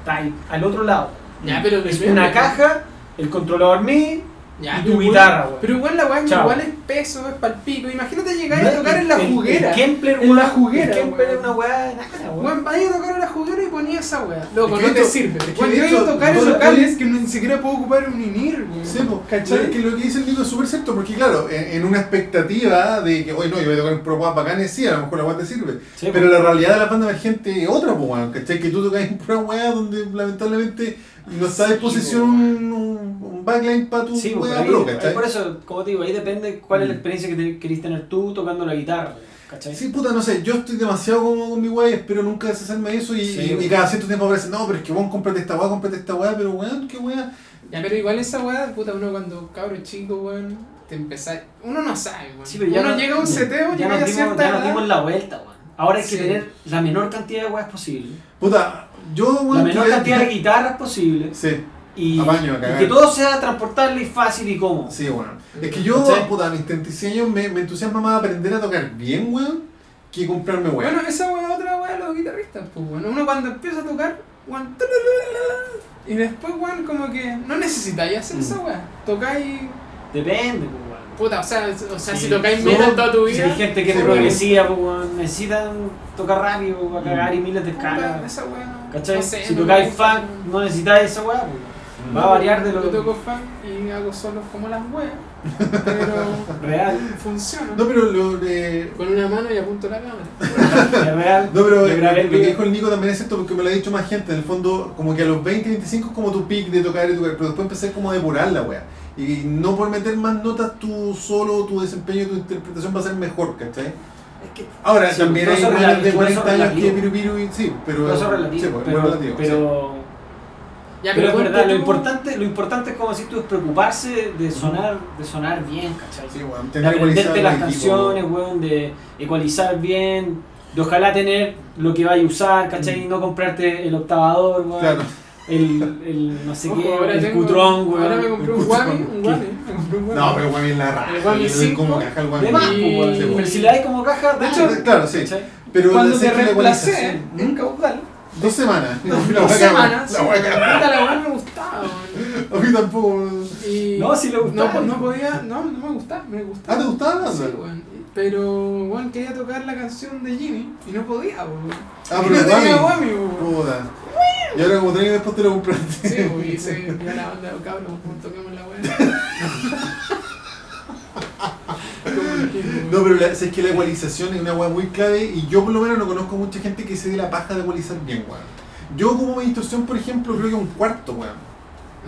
está ahí, al otro lado.
Ya, pero
es
primero-
una caja, el controlador MI,
Ya,
Y tu
pero, weón,
guitarra, weón.
Pero igual la weá
Chao.
igual es peso, es palpico. Imagínate llegar y tocar en la
el- el
juguera.
Kempler,
En
weón,
la juguera,
el Kempler
weón.
es una weá de nada, weón.
Weón, vaya a tocar a la juguera y ponía esa weá. Loco,
Es que
no te
esto-
sirve.
es que
Weón, yo
de
he ido a
hecho,
tocar en
no-
locales que ni siquiera puedo ocupar un INIR, weón.
Sí, po.
pues, ¿Cachai?
Es que lo que dice el Nico es súper cierto, porque claro, en, en una expectativa de que hoy no, yo voy a tocar un pro guap bacán, sí, a lo mejor la guapa te sirve.
Sí, pues. po.
pero la realidad de la banda emergente es otra, po, weón, ¿cachai? Que tú tocas un pro weá donde lamentablemente no está a disposición
po,
un, un backline para tu
pues, Sí,
weá
pero ahí-
pro,
ahí
¿cachai?
por eso, como te digo, ahí depende cuál es la
Mm.
experiencia que te, querís tener tú tocando la guitarra, ¿cachai?
Sí, puta, no sé, yo estoy demasiado cómodo con mi weá y espero nunca deshacerme de eso y,
Sí, pues.
y- y
po.
cada cierto tiempo aparece, no, pero es que vos comprate esta weá, comprate esta weá, pero weón, qué weá.
Ya, pero igual esa weá, puta, uno cuando cabro chico, weón, te empezás. Uno no sabe, weón.
Sí, pero ya
uno
no-
llega a un seteo,
ya
llega
nos
a
dimos,
cierta
ya nos
edad.
dimos la vuelta, weón. Ahora hay que
Sí.
tener la menor cantidad de weas posible,
Puta, yo, weón.
la menor
quería-
cantidad de guitarras posible.
Sí.
y,
A baño, a
y
cagar.
que todo sea transportable y fácil y cómodo.
Sí, bueno. Es que yo,
¿Cachai?
puta, a mis 36 años me, me entusiasma más aprender a tocar bien, weón, que comprarme weón.
Bueno, esa weá es otra weá de los guitarristas, pues, weón. Uno cuando empieza a tocar, weón. tarararara, Y después, weón, como que no necesitáis hacer
Mm.
esa weá. Tocáis.
Depende, pues, weón.
Puta, o sea, o sea
Sí.
si tocáis
No,
metal toda tu
Si
vida.
hay gente que es
Sí,
progresiva, pues, weón, necesitan tocar rápido pues, a cagar y miles de
Mm. Puta,
escalas.
esa weá. no-
¿Cachai?
no sé,
si
no me
tocáis
gusta,
funk,
weón.
no necesitáis esa weá, pues, weón. Va a variar de lo
Yo toco fan y hago solos como las weas, pero
real.
funciona.
No, pero lo de-
Con una mano y apunto la cámara.
Es real.
No, pero
Yo
eh,
grabé el
lo que
video.
dijo el Nico también es cierto porque me lo ha dicho más gente. En el fondo, como que a los 20, 25 es como tu pick de tocar y tocar, pero después empecé como a depurar la wea. Y no por meter más notas, tu solo, tu desempeño, tu interpretación va a ser mejor, ¿¿cachai?
Es que
Ahora,
Sí,
también
pero
hay
eso es
weones
relativo,
de
eso es
40 años que
relativo.
piru piru y sí, pero.
todo eso es relativo.
sí, pues,
pero,
es relativo, sí.
pero-
Ya,
pero es
ponte
verdad, lo
tú-
importante, lo importante es como decís tú, es preocuparse de sonar, de sonar bien, ¿cachai?
Sí, weón,
de
tener
aprenderte
ecualizado
las
el equipo, weón.
canciones, weón, de ecualizar bien, de ojalá tener lo que vayas a usar, ¿cachai? Y no comprarte el octavador, weón,
Claro.
el, el no sé
Ojo,
qué,
ahora
el
tengo-
cutrón,
Ahora me
weón.
compré un
El
guami,
cutrón.
un guami. me compré un guami.
No, pero Guami es la
El
raja.
Guami
yo soy como
cinco,
caja el
De
Guami.
más,
Y-
pues, weón. Pero si le dais como caja,
De
dale,
hecho,
Sí, Ah, Claro, sí.
¿cachai?
Pero
Cuando
sé
te
que la
reemplacé
ecualización-
en caudal,
Dos semanas.
dos semanas, sí,
La
puta,
hueca.
la weá me gustaba. weón.
A mí tampoco.
Y
No, si le
no,
gustaba.
po- no podía, no, no me gustaba, me gustaba.
Ah, ¿te gustaba?
Sí, weón. Pero, weón, quería tocar la canción de Jimmy y no podía, weón.
Ah,
Y
pero
no tenía guami,
Guami.
weón.
Puta. Y ahora como tres años después te lo compraste.
Sí, porque se vio la onda, cabrón, toquemos la weá.
No, pero la, es que la ecualización es una weá muy clave y yo por lo menos no conozco mucha gente que se dé la paja de ecualizar bien, weón. Yo como mi distorsión, por ejemplo, creo que un cuarto, weón.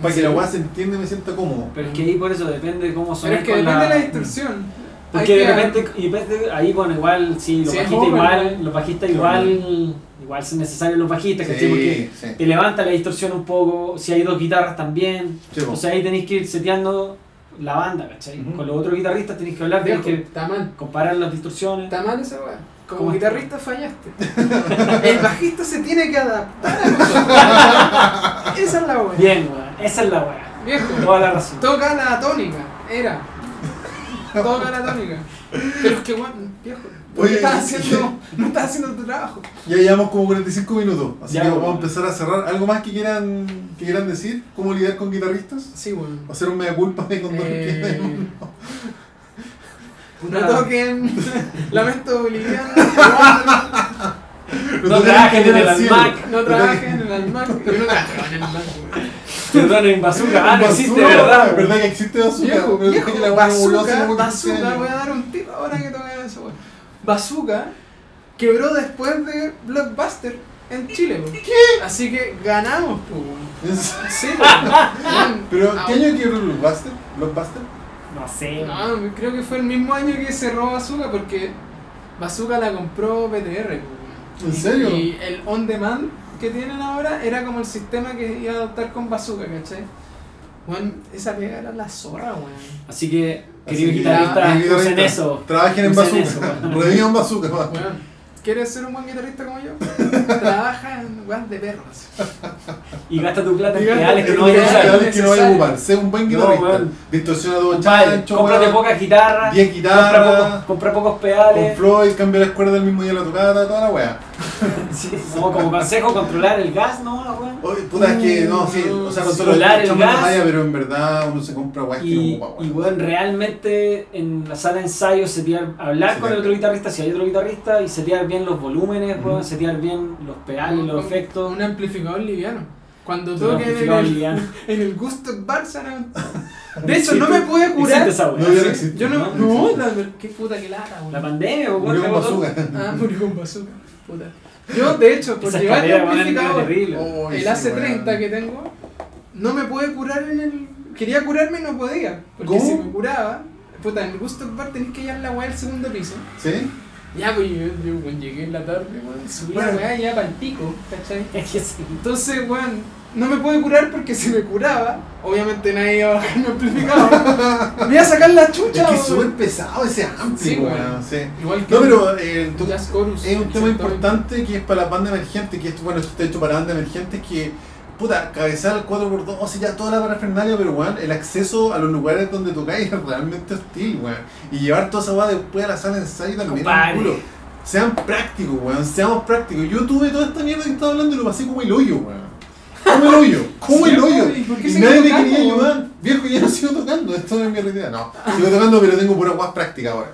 Para que la weá se entienda y me sienta cómodo.
Pero es que ahí por eso depende de cómo son.
Pero es que depende de la distorsión.
Porque de
Hay que-
repente, y depende- ahí bueno, igual, sí, los
Sí, es
bajistas
joven,
igual,
¿no?
los bajistas
Sí,
igual, igual son necesarios los bajistas, ¿cachai? Porque
sí.
te levanta la distorsión un poco, si hay dos guitarras también,
Sí, po.
o sea, ahí tenéis que ir seteando la banda, ¿cachai?
Ujú.
Con los otros guitarristas tenéis que hablar, tenéis
Viejo,
que
Está mal.
comparar las distorsiones.
Está mal esa weá. Como
¿Cómo?
guitarrista fallaste. El bajista se tiene que adaptar a nosotros. Esa es la weá.
Bien, weón, esa es la weá,
Viejo,
toda la razón.
toca la tónica. Era. Toca la tónica. Pero es que weón, viejo. No
Oye, y-
estás haciendo, no estás haciendo tu trabajo.
Ya llevamos como 45 minutos, así
Ya,
que
bueno.
vamos a empezar a cerrar. ¿Algo más que quieran, que quieran decir? ¿Cómo lidiar con guitarristas?
Sí, weón.
¿Hacer un mea culpa de cuando
Eh, No
Nada.
toquen. Lamento boliviano.
No trabajen en el Almac,
No trabajen en el almac. Yo no trabajaba en el almac, weón.
Perdonen, bazooka, ah, no existe, ¿verdad?
Es verdad que existe bazooka.
Viejo,
pero
viejo,
dije que la hueá nebulosa
bazooka,
como que
bazooka,
existe.
voy a dar un tip ahora que tocan eso, weón. Bazooka quebró después de Blockbuster en Chile, weón. Así que ganamos, pues, weón.
Es-
Sí, weón.
Pero,
Ah,
¿qué año quiero Blockbuster? ¿Blockbuster?
No sé, weón.
No, Ah, creo que fue el mismo año que cerró Bazooka porque Bazooka la compró PTR, pues, weón.
¿En serio?
Y el on demand que tienen ahora era como el sistema que iba a adoptar con Bazooka, ¿cachai? Weón, esa pega era la zorra, weón.
Así que,
Así
queridos
que,
guitarristas,
querido
usen
guitarrista,
eso.
Trabajen en
Usen
bazooka.
eso, weón.
Revivan bazooka. va.
Weón, ¿quieres ser un buen guitarrista como yo? Trabaja en weón de perros.
Y gasta tu plata en
Y gasta
reales que
Es
no
un
vayas a
gran
usar.
canal que no vaya a
necesario.
ocupar. Sé un buen
No,
guitarrista.
weón.
Distorsiona todo
Compadre,
chancho.
cómprate
weón.
pocas guitarras,
10
compra
guitarras.
pocos, compra pocos
Con
pedales.
Floyd, cambia las cuerdas el mismo día de la tocada, toda la weá.
Sí, como, como consejo, controlar el gas, ¿no? La weá.
Oye, puta, es que no, sí, o sea, nosotros
Solar, Mm, el
echamos la
gas.
talla, pero en verdad uno se compra weá que no
Y,
ocupa,
y
weón.
weón, realmente en la sala de ensayo setear, hablar con el otro guitarrista, si hay otro guitarrista, y setear bien los volúmenes,
Ujú.
weón, setear bien los pedales, los efectos.
Un amplificador liviano. Cuando
Un
toquen en
amplificador
el,
liviano.
en el Gusto Barcelona. De hecho, no me pude curar.
Existe esa weá.
No, yo no existo.
Ah, Yo no.
No,
No, la, qué puta que lata, weón.
La pandemia, weón.
Murió con
rebotó.
bazooka.
Ah, murió con bazooka. Puta. Yo, de hecho, por
Esa
llevar el
escalera, weón, era
amplificador,
terrible.
Oh,
el
sí,
AC30
weón.
que tengo, no me pude curar en el. Quería curarme y no podía. Porque
¿Cómo?
si me curaba, puta, en el gusto bar tenés que llevar la weá al segundo piso.
¿Sí?
Ya, pues yo, yo, weón, llegué en la tarde, weón, subí
Bueno.
la weá ya para el pico, ¿cachai?
Es que sí.
Entonces, weón, no me pude curar porque si me curaba, obviamente nadie iba a bajar mi amplificador. me iba a sacar la
Es
chucha,
que
weón.
es súper pesado ese ampli,
Sí,
weón,
weón.
sí.
Igual que
No, pero eh, tú-
Jazz Chorus,
es un tema
exactamente.
importante que es para la banda emergente, que esto, bueno, esto está hecho para banda emergente, que, puta, cabezar al 4x2, o sea, ya toda la parafernalia, pero, weón, el acceso a los lugares donde tocáis es realmente hostil, weón. Y llevar toda esa weá después a la sala de ensayo también es
Compadre.
un culo. Sean prácticos, weón, seamos prácticos. Yo tuve toda esta mierda que estaba hablando y lo pasé como el hoyo, weón. Como el hoyo, como el
Sí,
hoyo.
¿y por qué
Y
seguís
nadie me
tocando,
quería
weón?
ayudar. Viejo, ya no sigo tocando, esto no es mi realidad. No, sigo tocando, pero tengo pura guas práctica ahora.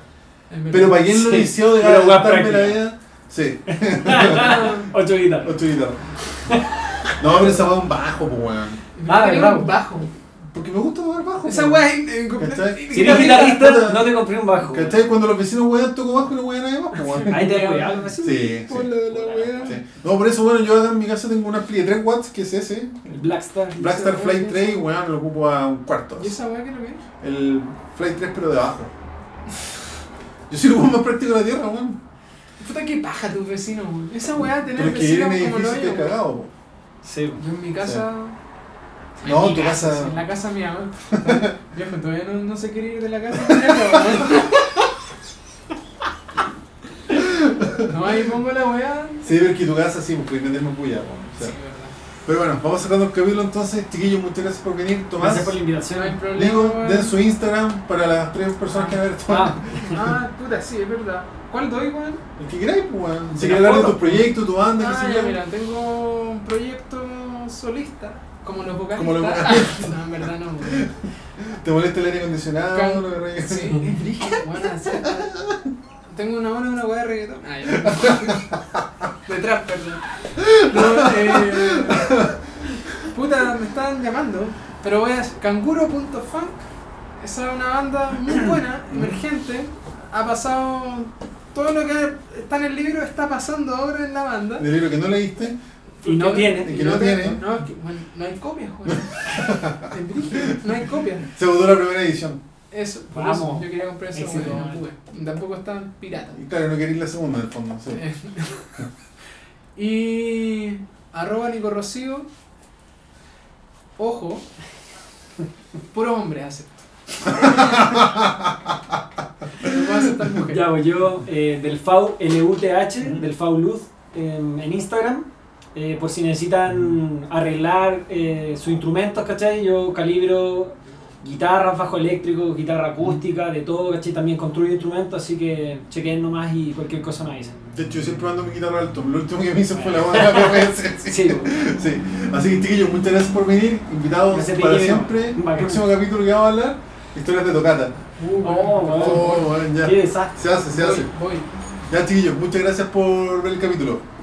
Es verdad.
Pero para quien lo
Sí,
inició de
pero weá
gastarme la
práctica.
vida. Sí,
Ocho guitarras.
ocho guitarras. No, pero esa va un bajo, pues weón.
Ah,
Era
bravo.
un bajo.
Porque me gusta tocar bajo.
Esa
po,
weá es eh, incompleta.
¿Cachai?
Si eres guitarrista, no te compré un bajo.
¿Cachai? Cuando los vecinos weón toco bajo y no weón nadie más, pues weón.
Ahí te voy a hablar.
Sí, sí,
Hola, la weá.
sí. No, por eso, bueno, yo acá en mi casa tengo un ampli de 3 watts, que es ese.
El Blackstar.
Blackstar Flight 3 y weón lo ocupo a un cuarto.
¿Y esa weá qué es lo que es?
El Flight 3 pero de abajo. Yo soy el weón más práctico de la tierra, weón.
Puta que paja tus vecinos, weón. Esa weá
Pero
tener
es que viene
vecinos
en
como lo
edificios que
hoyo.
es
weón.
cagado, po.
Sí. weón.
Yo en mi casa.
No,
en mi
tu casa-
sí, En la casa de mi mamá. Viejo, todavía no, no se quiere ir de la casa. de mi mamá, weón. No, ahí pongo la weá.
Sí, ver que tu casa sí, pues podéis meterme bulla, weón. O
Sí,
sea.
verdad.
Pero bueno, vamos cerrando el capítulo entonces. Chiquillos, muchas gracias por venir. Tomás,
Gracias por la
No hay
invitación.
problema.
digo,
weón.
den su Instagram para las tres personas que van a ver esto.
Ah,
Ah, puta, sí, es verdad. ¿Cuál doy, weón?
El que queráis, pues, weón. Si
Una
quieres hablar de
foto.
tu proyecto, tu banda,
Ah,
qué
ya,
sé yo.
mira, tengo un proyecto solista, como los vocalistas.
Como los vocalistas. Ah,
no, en verdad no. güey.
Te molesta el aire acondicionado,
Can-
lo que rayos.
Sí, es brígido, bueno, así. Tengo una buena una weá de reggaetón. Ah, ya. De trap, perdón. No, eh, puta, me están llamando, pero voy a canguro.funk. Esa es una banda muy buena, emergente. Ha pasado todo lo que está en el libro, está pasando ahora en la banda.
Del libro que no leíste.
Y no tiene.
Y que no tiene.
No, es que, bueno, no hay copias, güey. Es brígido, no hay copias.
Se votó la primera edición.
Eso, por
Vamos.
eso yo quería comprar esa
Éxito.
weá, no pude. Tampoco estaban piratas.
Y claro, no queréis la segunda en el fondo. sí.
Eh.
y arroba Nico Rocío. Ojo. Puro hombre acepto. no puedo aceptar mujeres.
Ya, pues, yo eh, del FAU LUTH, del FAU Luz en, en Instagram, eh, por si necesitan arreglar eh, sus instrumentos, ¿cachai? Yo calibro guitarras, bajo eléctrico, guitarra acústica, de todo, ¿cachai? También construyo instrumentos, así que chequen nomás y cualquier cosa me avisen.
De hecho, yo siempre ando mi guitarra alto. Lo último que me hizo
Eh.
fue la banda de veces. Sí.
Sí, pues.
Sí. Así que, chiquillos, muchas gracias por venir. Invitados
Gracias,
para
chiquillos.
siempre.
Bacán.
El próximo capítulo que vamos a hablar: historias de tocata.
Uh, oh, weón.
Oh, bueno, ya.
Qué desastre.
Se hace, se
Voy,
hace.
voy.
Ya, chiquillos, muchas gracias por ver el capítulo.